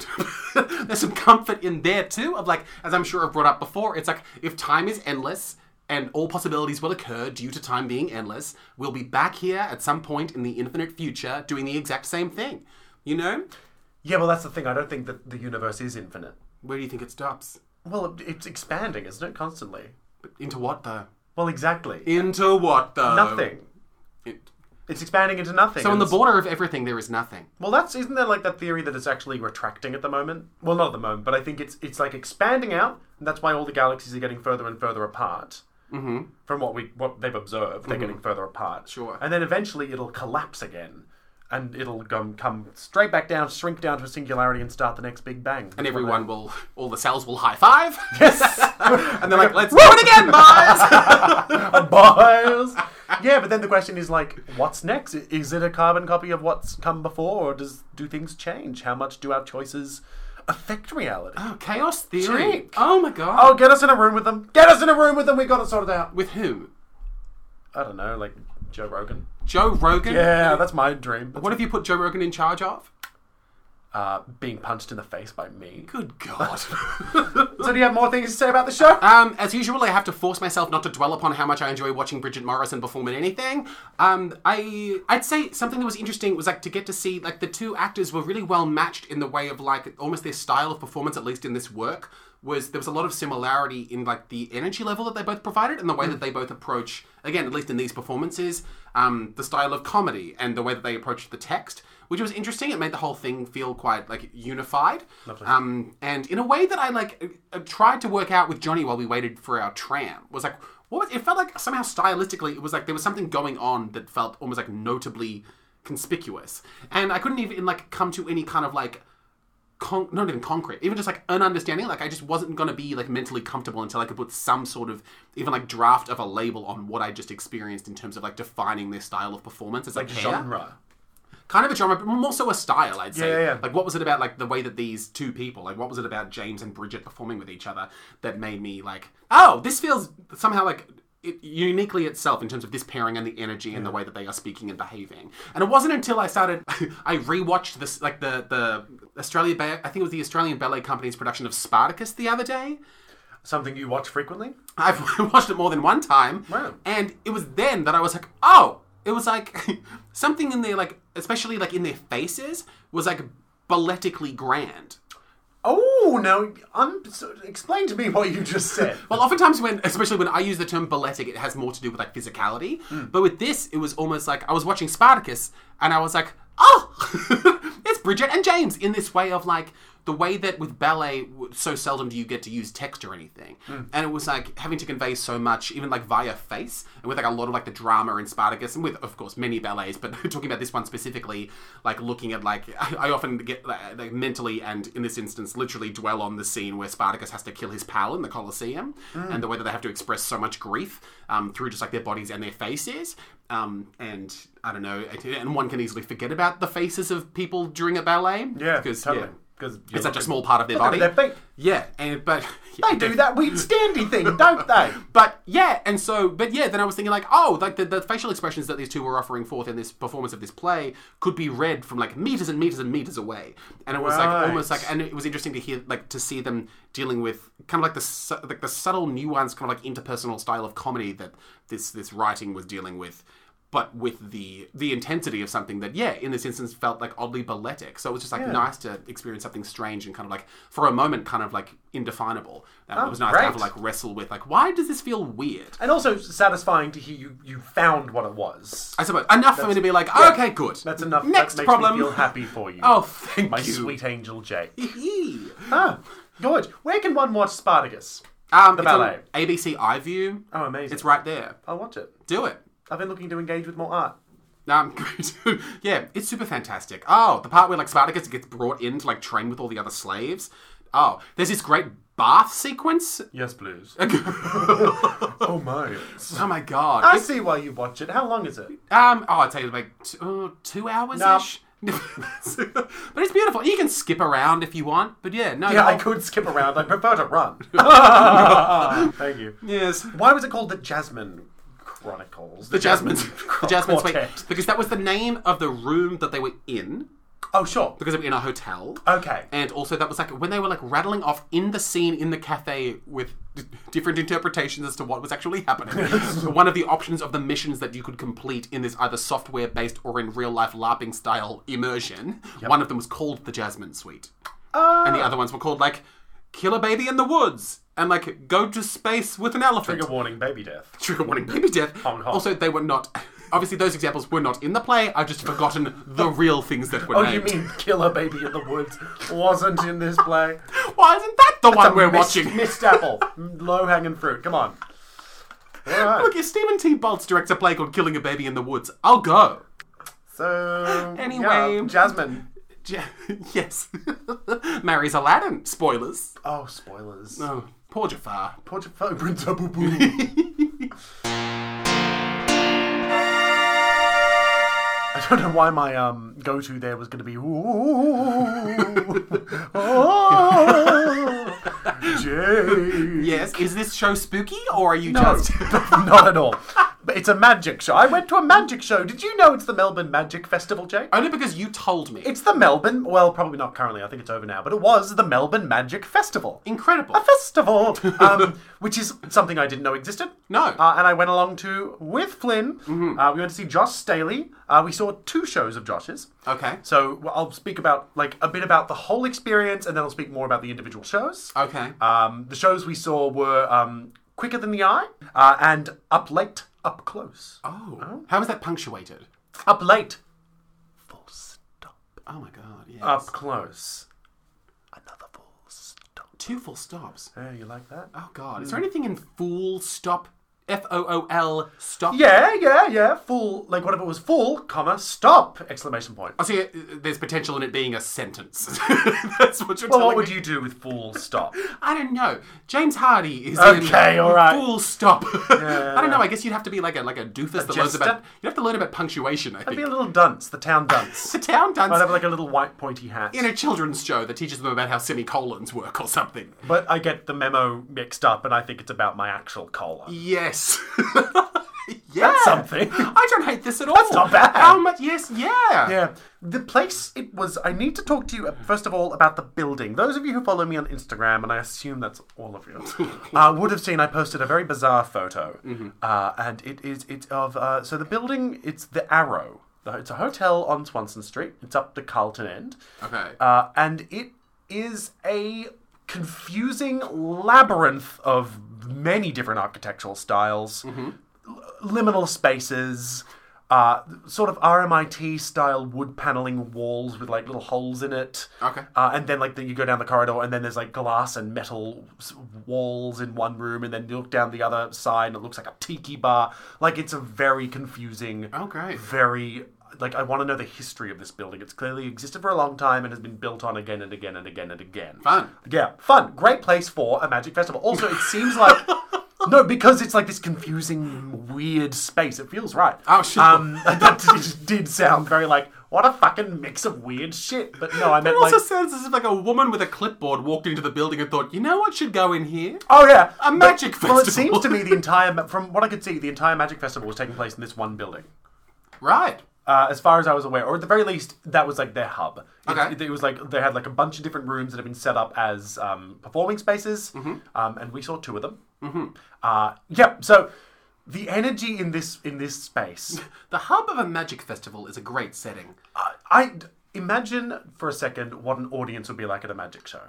there's some comfort in there too. Of like, as I'm sure I've brought up before, it's like if time is endless and all possibilities will occur due to time being endless, we'll be back here at some point in the infinite future doing the exact same thing. You know? Yeah, well, that's the thing. I don't think that the universe is infinite. Where do you think it stops? Well, it- it's expanding, isn't it? Constantly. But into what though? Well, exactly. Into what though? nothing. It- It's expanding into nothing. so on the It's- border of everything, there is nothing. well, that's isn't there like that theory that it's actually retracting at the moment? Well, not at the moment, but I think it's it's like expanding out, and that's why all the galaxies are getting further and further apart. Mm-hmm. From what we what they've observed, they're getting further apart. Mm-hmm. Sure. And then eventually it'll collapse again, and it'll come come straight back down, shrink down to a singularity, and start the next big bang. And everyone will, all the cells will high five. Yes. and they're like, let's do it again, Mars! Biles. Yeah, but then the question is like, what's next? I- Is it a carbon copy of what's come before, or does do things change? How much do our choices affect reality? oh, chaos theory. Drink. Oh my god. Oh, get us in a room with them. Get us in a room with them. We got it sorted out. With whom? I don't know, like Joe Rogan. Joe Rogan? Yeah, that's my dream. That's, What have you put Joe Rogan in charge of? uh, being punched in the face by me. Good God. So do you have more things to say about the show? um, as usual, I have to force myself not to dwell upon how much I enjoy watching Bridget Morrison perform in anything. Um, I I'd say something that was interesting was like to get to see like the two actors were really well matched in the way of like almost their style of performance, at least in this work. Was there was a lot of similarity in like the energy level that they both provided and the way that they both approach again, at least in these performances, um, the style of comedy and the way that they approached the text, which was interesting. It made the whole thing feel quite like unified, um, and in a way that I like uh, tried to work out with Johnny while we waited for our tram was like, what was it? Felt like somehow stylistically, it was like there was something going on that felt almost like notably conspicuous, and I couldn't even like come to any kind of like con- not even concrete, even just like an understanding. Like I just wasn't gonna be like mentally comfortable until I could put some sort of even like draft of a label on what I just experienced in terms of like defining their style of performance. It's like, genre Genre. kind of a genre, but more so a style, I'd say. Yeah, yeah, yeah. Like, what was it about, like, the way that these two people, like, what was it about James and Bridget performing with each other that made me, like, oh, this feels somehow like it, uniquely itself in terms of this pairing and the energy and the way that they are speaking and behaving. And it wasn't until I started, I rewatched this, like, the, the Australia, ba- I think it was the Australian Ballet Company's production of Spartacus the other day. Something you watch frequently? I've watched it more than one time. Wow. And it was then that I was like, oh, it was like something in their like, especially like in their faces, was like balletically grand. Oh, now un- so explain to me what you just said. Well, oftentimes when, especially when I use the term balletic, it has more to do with like physicality. But with this, it was almost like I was watching Spartacus and I was like, oh, it's Bridget and James in this way of like, the way that with ballet, w- so seldom do you get to use text or anything, and it was like having to convey so much, even like via face, and with like a lot of like the drama in Spartacus, and with of course many ballets, but talking about this one specifically, like looking at like I, I often get uh, like, like mentally and in this instance literally dwell on the scene where Spartacus has to kill his pal in the Colosseum, Mm. and the way that they have to express so much grief um, through just like their bodies and their faces, um, and I don't know, and one can easily forget about the faces of people during a ballet, Yeah, because totally. Because It's such a small part of their body. Their feet. Yeah, and but They do that weird standy thing, don't they? but yeah, and so, but yeah, then I was thinking like, oh, like the, the facial expressions that these two were offering forth in this performance of this play could be read from like meters and meters and meters away, and it was Right. like almost like, and it was interesting to hear like to see them dealing with kind of like the su- like the subtle nuance, kind of like interpersonal style of comedy that this this writing was dealing with. But with the the intensity of something that, yeah, in this instance felt like oddly balletic. So it was just like nice to experience something strange and kind of like for a moment kind of like indefinable. Um, it was nice to have Oh, great. like wrestle with like why does this feel weird And also satisfying to hear you, you found what it was. i suppose enough for me to be like okay good That's enough. next that makes problem Me feel happy for you. oh thank my you sweet angel Jake. Eee. ah, George, where can one watch Spartacus? um The it's on ballet. abc iview Oh, amazing! it's right there I'll watch it. do it I've been looking to engage with more art. um, yeah, it's super fantastic. Oh, the part where like Spartacus gets brought in to like train with all the other slaves. Oh, there's this great bath sequence. Yes, blues. oh oh my! my god! I see why you watch it. How long is it? Um, oh, I'd say like t- uh, two hours ish. but it's beautiful. You can skip around if you want, but yeah, no. Yeah, no. I could skip around. I prefer to run. Thank you. yes. Why was it called the Jasmine Chronicles? The Jasmine's, the Jasmine's wait, Quartet. because that was the name of the room that they were in, Oh, sure. because they were in a hotel. Okay. And also, that was like when they were like rattling off in the scene in the cafe with d- different interpretations as to what was actually happening. One of the options of the missions that you could complete in this either software based or in real life LARPing style immersion, one of them was called the Jasmine Suite. Ah. And the other ones were called like Kill a Baby in the Woods and like Go to Space with an Elephant. Trigger warning, baby death. Trigger warning, baby death. hong. Also, they were not. Obviously, those examples were not in the play. I've just forgotten the real things that were Oh, you named. mean Killer Baby in the Woods wasn't in this play? Why isn't that the one we're Missed- watching? Missed apple. Low hanging fruit. Come on. All right. Look, if Stephen T. Boltz directs a play called Killing a Baby in the Woods, I'll go. So. Anyway. yeah, Jasmine. J- yes. Marries Aladdin. Spoilers. Oh, spoilers. Oh, poor Jafar. Portfolio Prince Abu Boo. I don't know why my um, go to there was going to be. Ooh, oh, Jay. Yes. Is this show spooky or are you No, just. not at all. But it's a magic show. I went to a magic show. Did you know it's the Melbourne Magic Festival, Jake? Only because you told me. It's the Melbourne, well, probably not currently, I think it's over now, but it was the Melbourne Magic Festival. Incredible. A festival, um, which is something I didn't know existed. No. Uh, and I went along to with Flynn. Uh, we went to see Josh Staley. Uh, we saw two shows of Josh's. Okay. So well, I'll speak about like a bit about the whole experience, and then I'll speak more about the individual shows. Okay. Um, the shows we saw were um, Quicker Than the Eye uh, and Up Late, Up Close. oh. How is that punctuated? Up Late, full stop. Oh my god. Yes. Up Close, another full stop. Two full stops. Yeah, you like that? Oh God! Is there anything in fool stop? F O O L stop. Yeah, yeah, yeah. Full, like whatever it was, full, comma, stop, exclamation point. I see. uh, There's potential in it being a sentence. That's what you're Well, telling what would me. you do with full stop? I don't know. James Hardy is Okay, in all right. Full stop. yeah, I don't know. I guess you'd have to be like a like a doofus that learns jester? about. You'd have to learn about punctuation. I I'd be think. a little dunce, the town dunce. The town dance I'd have like a little white pointy hat. in a children's show that teaches them about how semicolons work or something. But I get the memo mixed up and I think it's about my actual collar. Yes. yeah. That's something. I don't hate this at all. That's not bad. How much? Yes. Yeah. Yeah. The place it was, I need to talk to you, uh, first of all, about the building. Those of you who follow me on Instagram, and I assume that's all of you, uh, would have seen I posted a very bizarre photo. Mm-hmm. Uh, and it is, it's of, uh, so the building, it's the Arrow. Uh, It's a hotel on Swanson Street. It's up the Carlton end. Okay. Uh, and it is a confusing labyrinth Mm-hmm. of many different architectural styles, l- liminal spaces, uh, sort of RMIT style wood paneling walls with like little holes in it. Okay. Uh, and then like then you go down the corridor and then there's like glass and metal s- walls in one room and then you look down the other side and it looks like a tiki bar. Like it's a very confusing. Oh, great. Very like I want to know the history of this building. It's clearly existed for a long time and has been built on again and again and again and again. Fun. Yeah, fun. Great place for a magic festival. Also, it seems like no, because it's like this confusing, weird space. It feels right. Oh, sure. Um, that did- did sound very like what a fucking mix of weird shit. But no, I It meant like also sounds as if like a woman with a clipboard walked into the building and thought, you know what should go in here? oh yeah, A magic Well, it festival. seems to me the entire ma- from what I could see, the entire magic festival was taking place in this one building. Right. Uh, as far as I was aware, or at the very least, that was like their hub. It, Okay. it, was like they had like a bunch of different rooms that have been set up as um, performing spaces, um, and we saw two of them. Mm-hmm. Uh, yep. so the energy in this in this space, The hub of a magic festival is a great setting. I, I imagine for a second what an audience would be like at a magic show.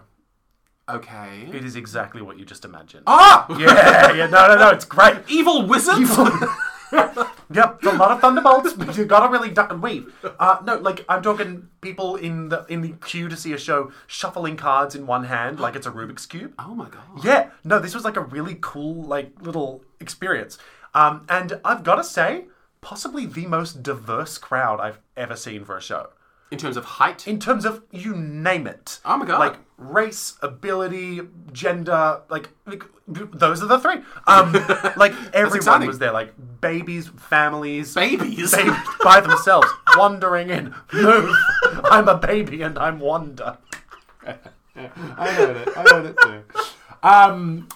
Okay. It is exactly what you just imagined. ah! Yeah, yeah, no, no, no, it's great. Evil wizards? yep, it's a lot of thunderbolts. But you gotta really duck and weave. Uh, no, like I'm talking people in the in the queue to see a show shuffling cards in one hand like it's a Rubik's cube. oh my god. Yeah, no, this was like a really cool like little experience. Um, and I've gotta say, possibly the most diverse crowd I've ever seen for a show In terms of height? in terms of you name it. Oh my God. Like race, ability, gender, like, like those are the three. Um, like everyone exciting. was there, like babies, families, babies? babies by themselves, wandering in. Move! I'm a baby and I'm wonder. I heard it. I heard it too. Um,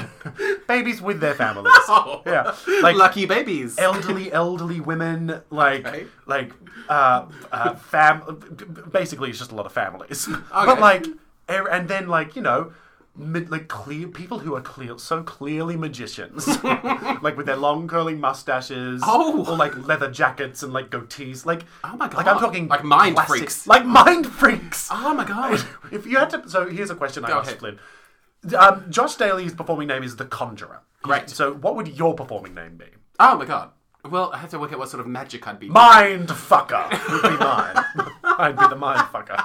babies with their families. Oh. Yeah, like Lucky babies. elderly elderly women like Okay. like uh, uh fam basically it's just a lot of families but like er- and then like you know mid, like clear people who are clear so clearly magicians like with their long curling mustaches Oh. or like leather jackets and like goatees like Oh my like i'm God. talking Like mind classic- freaks. like mind freaks oh my god. if you had to, so here's a question I Go asked ahead. Flynn. Um, Josh Daly's performing name is The Conjurer. Great. So, what would your performing name be? Oh my god. Well, I have to work out what sort of magic I'd be. Mind fucker would be mine. I'd be the mind fucker.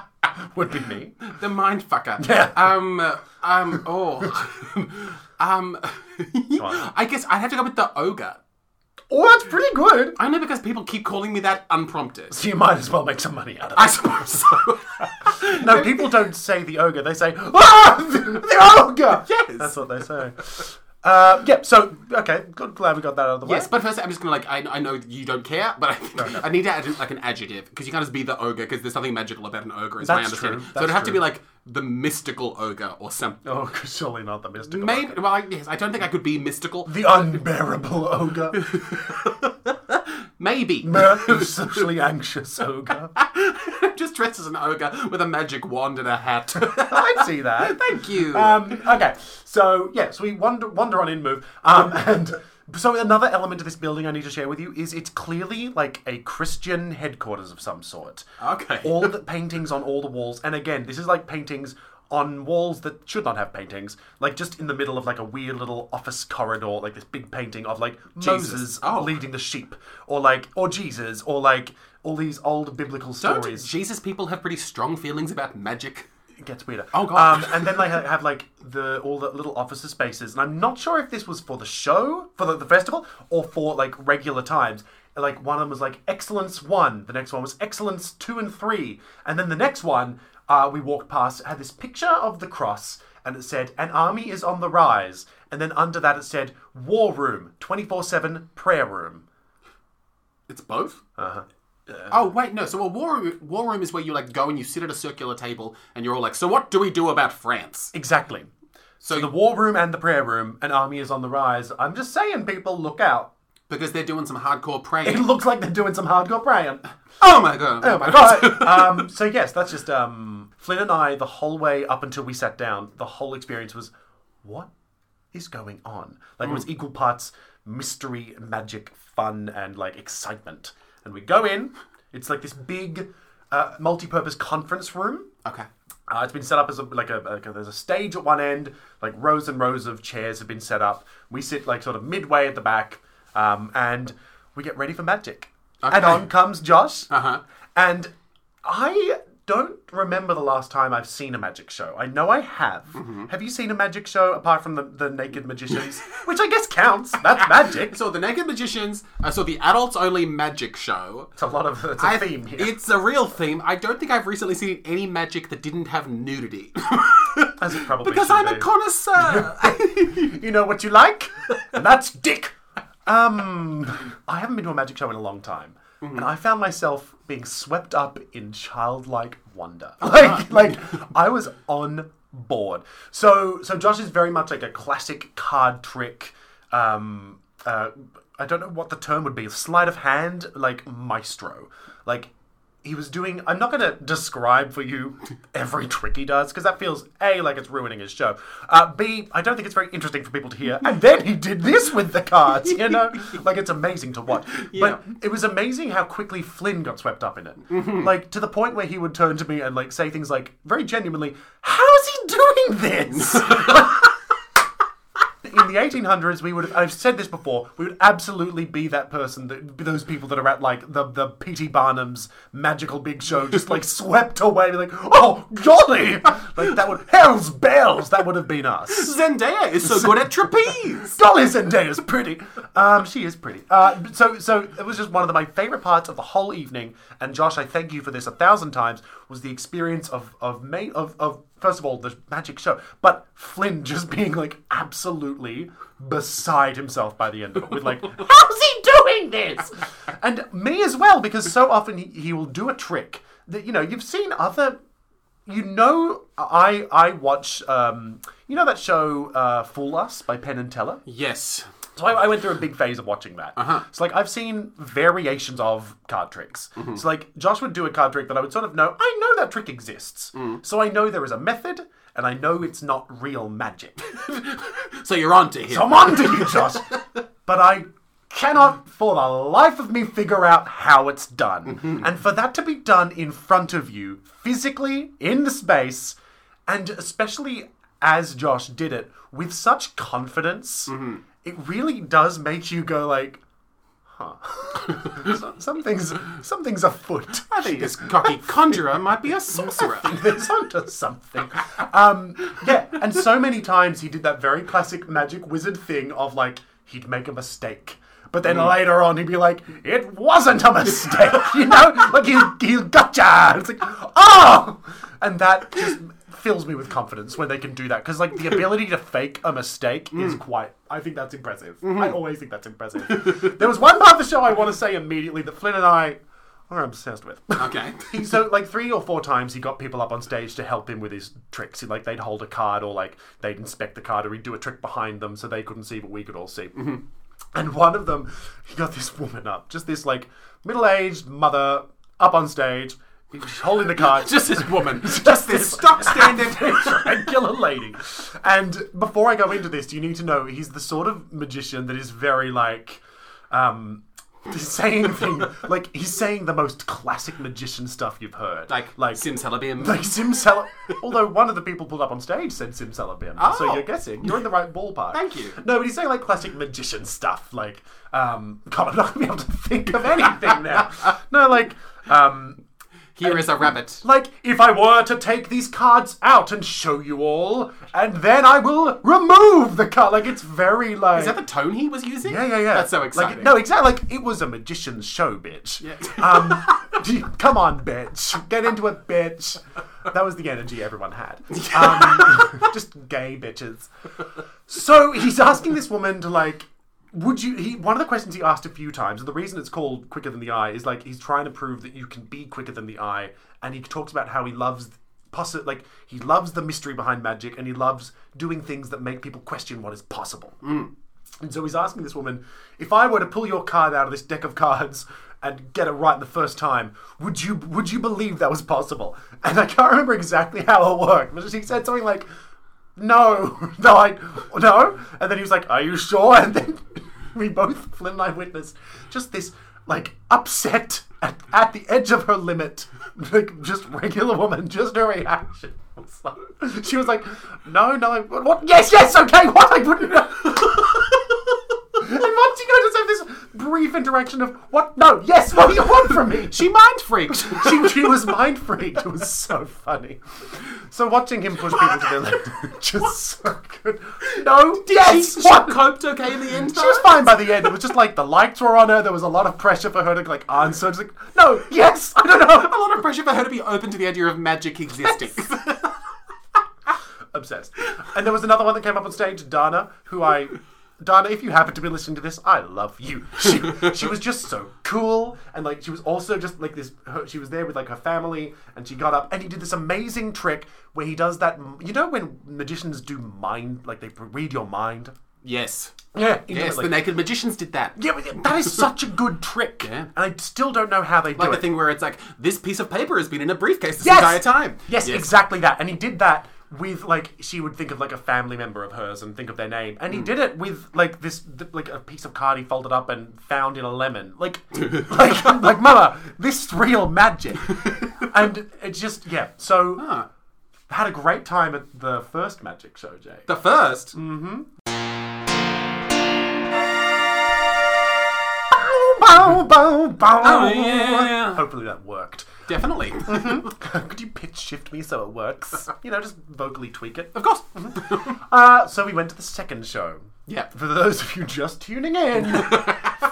Would be me. the mind fucker. Yeah. Um. Um. Oh. um. I guess I'd have to go with the ogre. Oh, that's pretty good. Only because people keep calling me that unprompted. So you might as well make some money out of I suppose so. it. No, people don't say the ogre. They say ah, the, the ogre. Yes. that's what they say. Uh, yep. So okay, good. Glad we got that out of the way. Yes, but first I'm just gonna like I, I know you don't care, but I, I need to add like an adjective because you can't just be the ogre because there's nothing magical about an ogre. Is my That's understanding. true, So it'd that's have to true. be like the mystical ogre or something. oh, surely not the mystical. Maybe. Well, I, yes, I don't think I could be mystical. The unbearable ogre. Maybe. Mer- socially anxious ogre. just dressed as an ogre with a magic wand and a hat. I'd see that. Thank you. Um, okay, so yeah, so we wander, wander on in move. Um, and so another element of this building I need to share with you is it's clearly like a Christian headquarters of some sort. Okay. All the paintings on all the walls, and again, this is like paintings on walls that should not have paintings, like just in the middle of like a weird little office corridor, like this big painting of like Jesus. Moses Oh. leading the sheep, or like or Jesus, or like all these old biblical Don't stories. Jesus people have pretty strong feelings about magic? it gets weirder. Oh, God. Um, and then they ha- have like the all the little officer spaces, and I'm not sure if this was for the show, for the, the festival, or for like regular times. Like one of them was like excellence one, the next one was excellence two and three, and then the next one uh, we walked past had this picture of the cross, and it said an army is on the rise, and then under that it said war room, twenty four seven prayer room. It's both. Uh-huh. oh wait, no. So a war room, war room is where you like go and you sit at a circular table and you're all like, so what do we do about France? Exactly. So, The war room and the prayer room, an army is on the rise. I'm just saying, people, look out. because they're doing some hardcore It praying. looks like they're doing some hardcore praying. oh my god. Oh my god. um, so yes, that's just um, Flynn and I. The whole way up until we sat down, the whole experience was, what is going on? Like it was equal parts mystery, magic, fun, and like excitement. And we go in. It's like this big, uh, multi-purpose conference room. Okay. Uh, it's been set up as a, like, a, like a there's a stage at one end, like rows and rows of chairs have been set up. We sit like sort of midway at the back, um, and we get ready for magic. and on comes Josh. Uh huh. And I don't remember the last time I've seen a magic show. I know I have. Mm-hmm. Have you seen a magic show apart from the, the Naked Magicians? Which I guess counts. That's magic. So the Naked Magicians. I saw the adults only magic show. It's a lot of it's a I- theme here. It's a real theme. I don't think I've recently seen any magic that didn't have nudity. As it probably because should I'm a be. connoisseur. you know what you like, and that's dick. Um, I haven't been to a magic show in a long time, and I found myself being swept up in childlike wonder. Like, like I was on board. So, so Josh is very much like a classic card trick. Um, uh, I don't know what the term would be. Sleight of hand, like maestro, like. He was doing. I'm not going to describe for you every trick he does because that feels a like it's ruining his show. Uh, B, I don't think it's very interesting for people to hear. And then he did this with the cards, you know? like, it's amazing to watch. But it was amazing how quickly Flynn got swept up in it. Like, to the point where he would turn to me and, like, say things like, very genuinely, how is he doing this? In the 1800s, we would have, I've said this before, we would absolutely be that person, that, those people that are at like the, the P.T. Barnum's magical big show, just like swept away, like, oh, Johnny! Like that would, hell's bells, that would have been us. Zendaya is so good at trapeze. Dolly Zendaya's pretty. Um, she is pretty. Uh, so, so it was just one of the, my favorite parts of the whole evening. And Josh, I thank you for this a thousand times. Was the experience of of ma- of, of first of all the magic show, but Flynn just being like absolutely beside himself by the end of it, with like, how's he doing this? And me as well, because so often he, he will do a trick that you know you've seen other you know, I I watch um, you know that show uh, Fool Us by Penn and Teller. yes. So I, I went through a big phase of watching that. Uh-huh. So like I've seen variations of card tricks. So like Josh would do a card trick that I would sort of know. I know that trick exists. So I know there is a method, and I know it's not real magic. So you're onto him. I'm on to you, Josh. But I cannot for the life of me figure out how it's done. Mm-hmm. And for that to be done in front of you, physically, in the space, and especially as Josh did it, with such confidence, Mm-hmm. it really does make you go like, huh. some, some things some things afoot. I think this cocky conjurer might be a sorcerer. There's onto something. Um, yeah, and so many times he did that very classic magic wizard thing of like he'd make a mistake. But then Mm. later on, he'd be like, "It wasn't a mistake," you know, like he he gotcha. It's like, oh, and that just fills me with confidence when they can do that because like the ability to fake a mistake is Mm. quite. I think that's impressive. Mm-hmm. I always think that's impressive. there was one part of the show I want to say immediately that Flynn and I are obsessed with. Okay. He- so like three or four times he got people up on stage to help him with his tricks. He, like they'd hold a card or like they'd inspect the card or he'd do a trick behind them so they couldn't see but we could all see. And one of them, he got this woman up, just this like middle-aged mother up on stage. She's holding the card. Just this woman. Just this stock standard. regular lady. And before I go into this, you need to know he's the sort of magician that is very like um saying thing like he's saying the most classic magician stuff you've heard. like, like like Simsalabim. like Simsalabim. Although one of the people pulled up on stage said Simsalabim. So Oh. you're guessing. You're in the right ballpark. Thank you. No, but he's saying like classic magician stuff. Like, um, God, I'm not going to be able to think of anything now. no, like, um, Here is a rabbit. like, if I were to take these cards out and show you all, and then I will remove the card. Like, it's very like. Is that the tone he was using? yeah, yeah, yeah. That's so Like, exciting. no, exactly. Like it was a magician's show, bitch. Um, come on, bitch. Get into it, bitch. That was the energy everyone had. Um, just gay bitches. So he's asking this woman to like. Would you? He one of the questions he asked a few times, and the reason it's called "quicker than the eye" is like he's trying to prove that you can be quicker than the eye, and he talks about how he loves possi- like he loves the mystery behind magic, and he loves doing things that make people question what is possible. Mm. And so he's asking this woman, if I were to pull your card out of this deck of cards and get it right the first time, would you would you believe that was possible? And I can't remember exactly how it worked, but she said something like, "No, no, I, no." And then he was like, "Are you sure?" And then we both, Flynn and I, witnessed just this like upset at, at the edge of her limit, like just regular woman, just her reaction. was like- She was like, "No, no, what? what yes, yes, okay, what? I wouldn't." know." And once you notice, I have this brief different direction of what? No, yes. What do you want from me? She mind freaked. she, she was mind freaked. It was so funny. So watching him push people to their limit, just so good. No, yes, she, what? she coped okay in the end. She was fine by the end. It was just like the lights were on her. There was a lot of pressure for her to like answer. Just like, no, yes, I don't know. a lot of pressure for her to be open to the idea of magic existing. Obsessed. And there was another one that came up on stage, Dana, who I. Dana, if you happen to be listening to this, I love you. She, she was just so cool, and like she was also just like this. Her, she was there with like her family, and she got up and he did this amazing trick where he does that. You know when magicians do mind, like they read your mind. yes. Yeah, Yes, intimately. the naked magicians did that. Yeah, but that is such a good trick. Yeah. And I still don't know how they do Like the it. thing where it's like, this piece of paper has been in a briefcase this Yes! entire time. Yes, exactly that. And he did that with like she would think of like a family member of hers and think of their name. Mm. And he did it with like this th- like a piece of card he folded up and found in a lemon. Like like like mama, this is real magic. and it just yeah. So Ah, had a great time at the first magic show, Jay. the 1st Mm. Bow, bow, bow. Oh, yeah. Hopefully that worked. Definitely. Mm-hmm. Could you pitch shift me so it works? You know, just vocally tweak it. of course. Uh, so we went to the second show. yeah. For those of you just tuning in,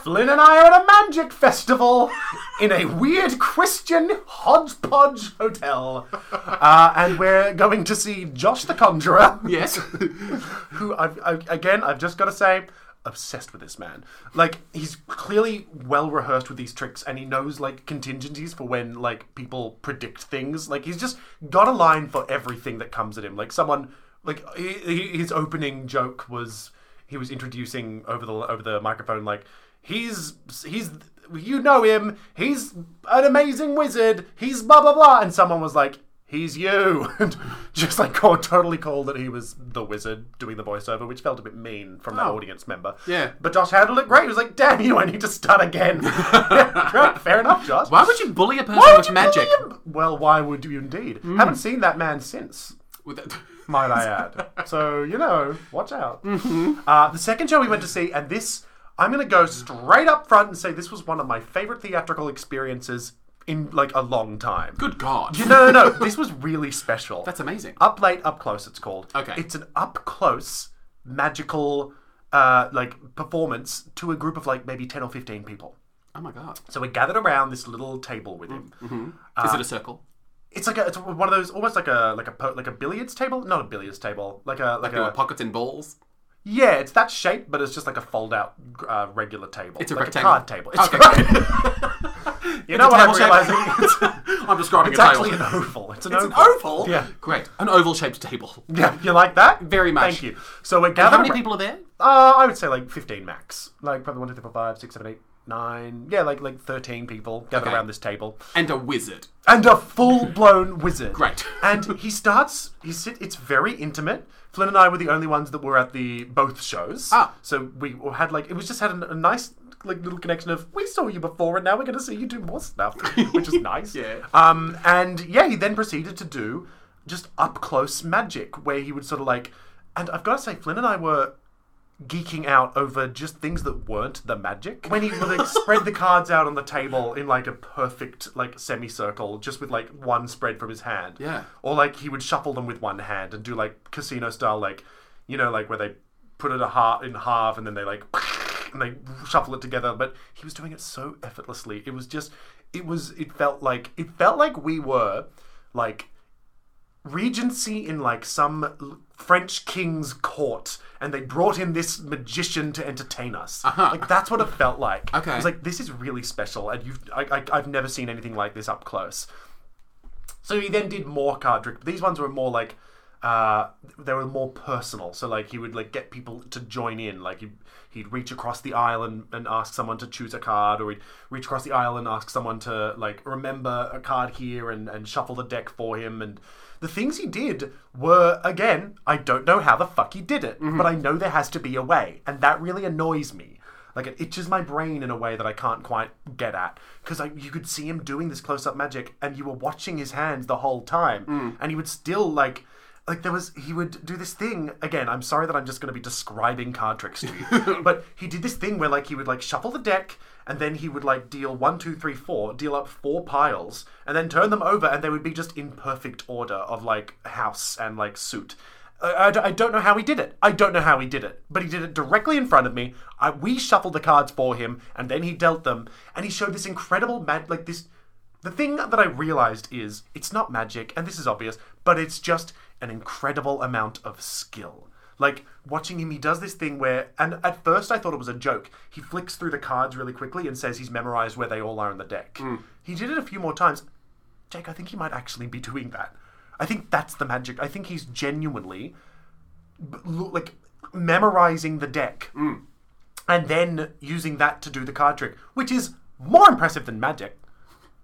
Flynn and I are at a magic festival in a weird Christian hodgepodge hotel. Uh, and we're going to see Josh the Conjurer, Yes. who, I've, i again, I've just got to say, obsessed with this man. Like, he's clearly well rehearsed with these tricks and he knows, like, contingencies for when, like, people predict things. Like, he's just got a line for everything that comes at him. Like, someone, like, he, he, his opening joke was he was introducing over the over the microphone like he's he's you know him he's an amazing wizard he's blah blah blah and someone was like he's you and just like called, totally called that he was the wizard doing the voiceover which felt a bit mean from that audience member Oh. Yeah. but Josh handled it great he was like damn you I need to start again fair enough Josh Why would you bully a person Why would with you magic? Mm. bully him? well why would you indeed haven't seen that man since With that- might I add. So, you know, watch out. Mm-hmm. Uh, the second show we went to see, and this, I'm going to go straight up front and say this was one of my favorite theatrical experiences in like a long time. Good God. No, no, no. this was really special. That's amazing. Up Late, Up Close, it's called. Okay. It's an up close, magical, uh, like, performance to a group of like maybe 10 or 15 people. Oh my God. So we're gathered around this little table with him. Mm-hmm. uh, Is it a circle? It's like a, it's one of those, almost like a, like a, po- like a billiards table, not a billiards table, like a, like, There were a, pockets and balls. Yeah, it's that shape, but it's just like a fold-out uh, regular table. It's a like rectangle. a card table. It's Okay. you know what I'm table shape. realizing? It's, I'm describing it's a table. actually an oval. It's an It's an oval. oval? Yeah. Great. An oval shaped table. Yeah, you like that? Very much. Thank you. So we're gathered. How many ar- people are there? Uh, I would say like 15 max. Like probably one, two, three, four, five, six, seven, eight, nine. Yeah, like like 13 people gathered Okay. around this table. And a wizard. and a full blown wizard. Great. And he starts. He sit. It's very intimate. Flynn and I were the only ones that were at the both shows. Ah. So we had like it was just had a, a nice like little connection of we saw you before and now we're going to see you do more stuff, which is nice. Yeah. Um. And yeah, he then proceeded to do just up close magic where he would sort of like. And I've got to say, Flynn and I were geeking out over just things that weren't the magic. When he would like, spread the cards out on the table in like a perfect like semicircle, just with like one spread from his hand. Yeah. Or like he would shuffle them with one hand and do like casino style, like you know, like where they put it a half in half and then they like and they shuffle it together. But he was doing it so effortlessly. It was just, it was, it felt like it felt like we were like regency in like some l- French king's court, and they brought in this magician to entertain us. Like that's what it felt like. Okay. it was like this is really special, and you've I, I, I've never seen anything like this up close. So he then did more card trick. These ones were more like uh, they were more personal. So like he would like get people to join in. Like he'd, he'd reach across the aisle and, and ask someone to choose a card, or he'd reach across the aisle and ask someone to like remember a card here and, and shuffle the deck for him. And the things he did were again, I don't know how the fuck he did it, but I know there has to be a way, and that really annoys me. Like it itches my brain in a way that I can't quite get at because you could see him doing this close-up magic, and you were watching his hands the whole time, and he would still like like there was he would do this thing again i'm sorry that i'm just going to be describing card tricks to you but he did this thing where like he would like shuffle the deck and then he would like deal one two three four deal up four piles and then turn them over and they would be just in perfect order of like house and like suit Uh, I, I d- I don't know how he did it. I don't know how he did it, but he did it directly in front of me. I, we shuffled the cards for him, and then he dealt them, and he showed this incredible mag- like this the thing that I realized is it's not magic, and this is obvious, but it's just an incredible amount of skill. Like watching him, he does this thing where, and at first I thought it was a joke. He flicks through the cards really quickly and says he's memorized where they all are in the deck. He did it a few more times. Jake, I think he might actually be doing that. I think that's the magic. I think he's genuinely b- lo- like memorizing the deck and then using that to do the card trick, which is more impressive than magic.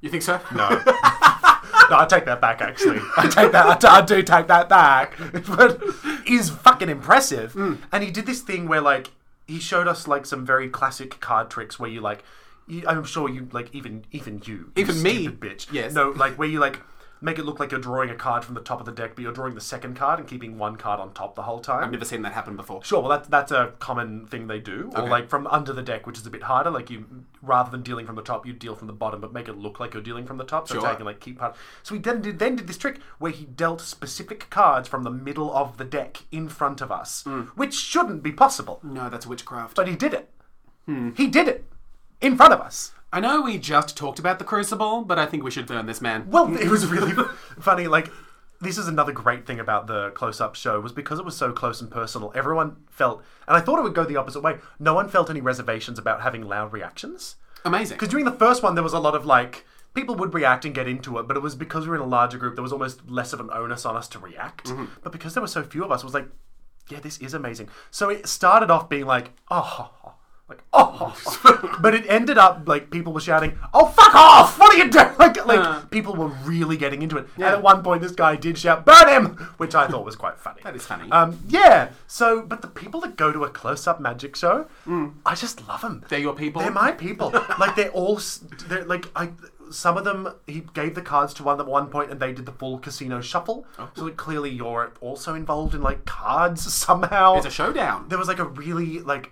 You think so? No. no, I take that back, actually. I take that. I do- I do take that back. But he's fucking impressive. Mm. And he did this thing where, like, he showed us, like, some very classic card tricks where you, like, you, I'm sure you, like, even even you. you Even me? stupid Bitch. Yes. No, like, where you, like, make it look like you're drawing a card from the top of the deck, but you're drawing the second card and keeping one card on top the whole time. I've never seen that happen before. Sure, well that's that's a common thing they do, or like from under the deck, which is a bit harder. Like you, rather than dealing from the top, you deal from the bottom, but make it look like you're dealing from the top. So Sure. taking like keep part. So he then did, then did this trick where he dealt specific cards from the middle of the deck in front of us, which shouldn't be possible, No, that's witchcraft. but he did it. He did it in front of us. I know we just talked about the crucible, but I think we should burn this man. Well, it was really funny. Like, this is another great thing about the close-up show was because it was so close and personal. Everyone felt, and I thought it would go the opposite way. No one felt any reservations about having loud reactions. Amazing. Because during the first one, there was a lot of like people would react and get into it, but it was because we were in a larger group. There was almost less of an onus on us to react. Mm-hmm. But because there were so few of us, it was like, yeah, this is amazing. So it started off being like, oh. Like oh, but it ended up like people were shouting, "Oh fuck off! What are you doing?" Like, like people were really getting into it. And at one point, this guy did shout, "Burn him," which I thought was quite funny. that is funny. Um, yeah. So, but the people that go to a close-up magic show, Mm. I just love them. They're your people. They're my people. like they're all. s- They're like I. Some of them he gave the cards to one at one point, and they did the full casino shuffle. Oh, So like, clearly you're also involved in like cards somehow. it's a showdown. there was like a really like.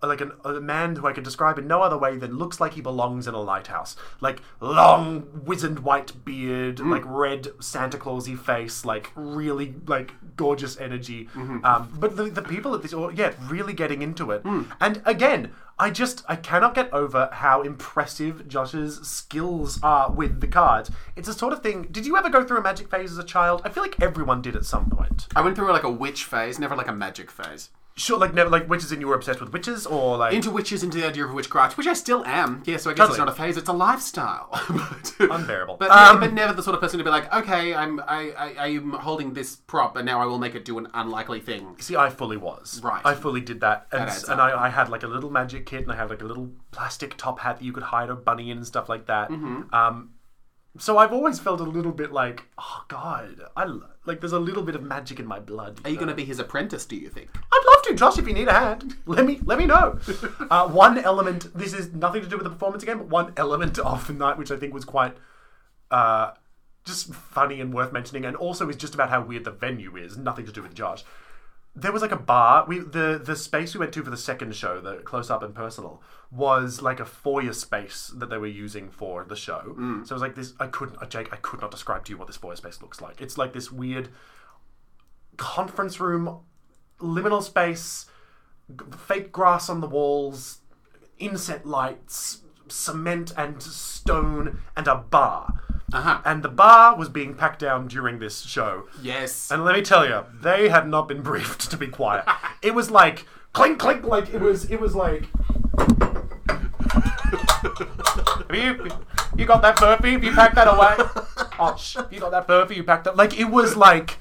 Like an, a man who I could describe in no other way than looks like he belongs in a lighthouse. Like long, wizened white beard, like red Santa Clausy face, like really like gorgeous energy. Um, but the, the people at this, or yeah, really getting into it. And again, I just I cannot get over how impressive Josh's skills are with the cards. It's the sort of thing. Did you ever go through a magic phase as a child? I feel like everyone did at some point. I went through like a witch phase, never like a magic phase. Sure, like never, like witches, and you were obsessed with witches, or like Into witches, into the idea of witchcraft, which I still am. Yeah, so I guess it's Totally. not a phase; it's a lifestyle. but, Unbearable. But, Um, but never the sort of person to be like, okay, I'm I, I I'm holding this prop, and now I will make it do an unlikely thing. See, I fully was. Right. I fully did that. And, adds and I, I had like a little magic kit and I had like a little plastic top hat that you could hide a bunny in and stuff like that. Mm-hmm. Um, so I've always felt a little bit like, oh God, I l- like there's a little bit of magic in my blood. Are you going to be his apprentice? Do you think? I'd love to, Josh. If you need a hand, let me let me know. Uh, one element. This is nothing to do with the performance again, but one element of the night, which I think was quite uh, just funny and worth mentioning, and also is just about how weird the venue is. Nothing to do with Josh. There was like a bar. We the the space we went to for the second show, the close up and personal, was like a foyer space that they were using for the show. So it was like this. I couldn't, uh, Jake. I could not describe to you what this foyer space looks like. It's like this weird conference room, liminal space, g- fake grass on the walls, inset lights, cement and stone, and a bar. Uh-huh. And the bar was being packed down during this show. Yes. And let me tell you, they had not been briefed to be quiet. it was like clink clink, like it was it was like. Have you you got that burpee? Have you packed that away? Oh, sh- you got that burpee? You packed that? Like it was like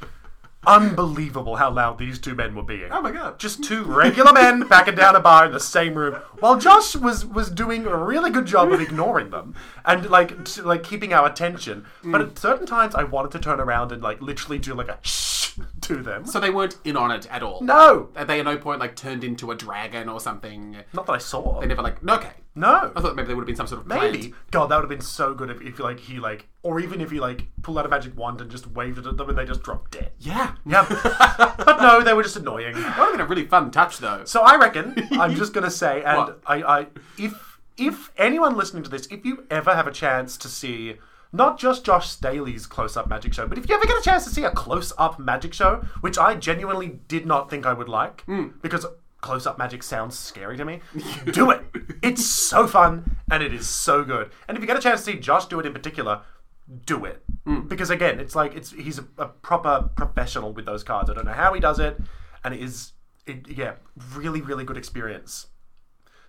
unbelievable how loud these two men were being. oh my god. Just two regular men packing down a bar in the same room, while Josh was was doing a really good job of ignoring them and like t- like keeping our attention. But at certain times, I wanted to turn around and like literally do like a shh to them. so they weren't in on it at all. No, They at no point like turned into a dragon or something. not that I saw. They never like. Okay. No. I thought maybe there would have been some sort of plant. Maybe. God, that would have been so good if, if like he like or even if he like pulled out a magic wand and just waved it at them and they just dropped dead. Yeah. Yeah. but no, they were just annoying. That would have been a really fun touch, though. So I reckon I'm just gonna say and What? I, I if if anyone listening to this, if you ever have a chance to see not just Josh Staley's close up magic show, but if you ever get a chance to see a close up magic show, which I genuinely did not think I would like, because close up magic sounds scary to me, do it. It's so fun and it is so good. And if you get a chance to see Josh do it in particular, do it. Because again, it's like it's he's a, a proper professional with those cards. I don't know how he does it, and it is it, yeah, really, really good experience.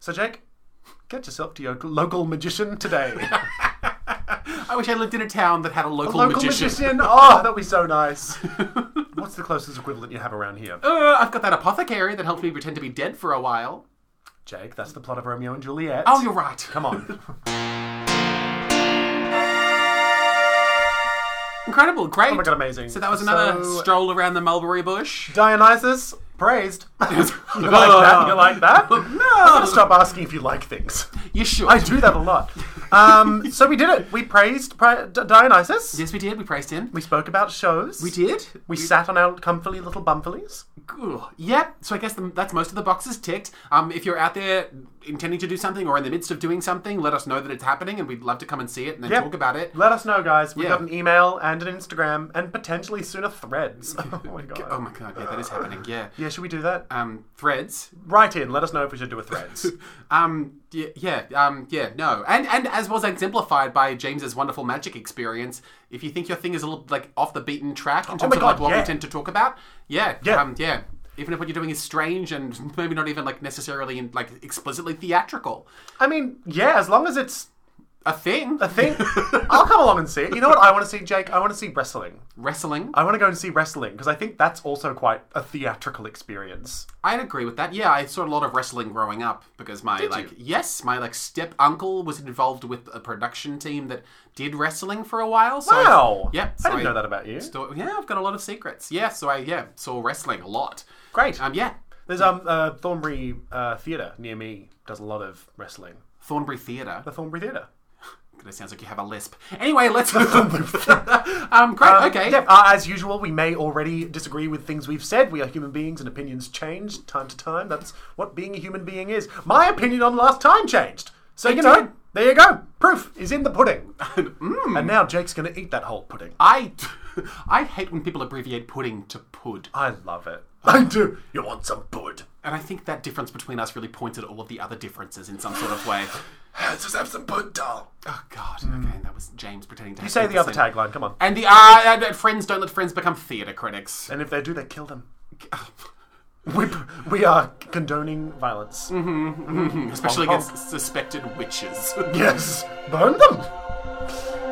So, Jake, get yourself to your local magician today. I wish I lived in a town that had a local, local magician. Oh, that'd be so nice. What's the closest equivalent you have around here? Uh, I've got that apothecary that helped me pretend to be dead for a while. Jake, that's the plot of Romeo and Juliet. Oh, you're right. Come on. Oh Incredible, great. Oh my god, amazing. So that was another So, uh, stroll around the mulberry bush. Dionysus praised. you like that? You like that? No. I'm gonna stop asking if you like things. You should. I do that a lot. Um, so we did it. We praised Pri- D- Dionysus. Yes, we did. We praised him. We spoke about shows. We did. We sat on our comfy little bumfilies. Ugh. Yep. So I guess the, that's most of the boxes ticked. Um, if you're out there intending to do something or in the midst of doing something, let us know that it's happening, and we'd love to come and see it and then Yep. talk about it. Let us know, guys. We've Yeah. got an email and an Instagram and potentially soon a Threads. oh my Oh god. my god, yeah, that is happening. Yeah. Yeah, should we do that? Um, threads. Write in. Let us know if we should do a Threads. Um, yeah, yeah, um, yeah, no. And and as was exemplified by James's wonderful magic experience, if you think your thing is a little like off the beaten track in terms Oh my of God, like what yeah. we tend to talk about, yeah, Yeah. um, yeah. Even if what you're doing is strange and maybe not even like necessarily in, like explicitly theatrical, I mean, yeah, as long as it's a thing, a thing, I'll come along and see it. You know what I want to see, Jake? I want to see wrestling. wrestling. I want to go and see wrestling because I think that's also quite a theatrical experience. I'd agree with that. Yeah, I saw a lot of wrestling growing up because my like yes, my like step uncle was involved with a production team that did wrestling for a while. So I- Wow. yep. I so didn't know that about you. So, yeah, I've got a lot of secrets. Yeah, so I yeah saw wrestling a lot. Great. Um, yeah, There's um uh, Thornbury uh, Theatre near me does a lot of wrestling. Thornbury Theatre. The Thornbury Theatre. It sounds like you have a lisp. Anyway, let's. um, great. okay. Yep. Uh, as usual, we may already disagree with things we've said. We are human beings, and opinions change time to time. That's what being a human being is. My opinion on last time changed. So you Mm. know, did. there you go. Proof is in the pudding. And now Jake's gonna eat that whole pudding. I, I hate when people abbreviate pudding to pud, I love it. I do. You want some pud? and I think that difference between us really points at all of the other differences in some sort of way. Let's just have some pud, doll. Oh God. Okay, that was James pretending to. Hmm. You say the other tagline. Come on. And the uh, and, and friends don't let friends become theatre critics. And if they do, they kill them. We, we are condoning violence. Especially Hong against suspected witches. Yes, burn them.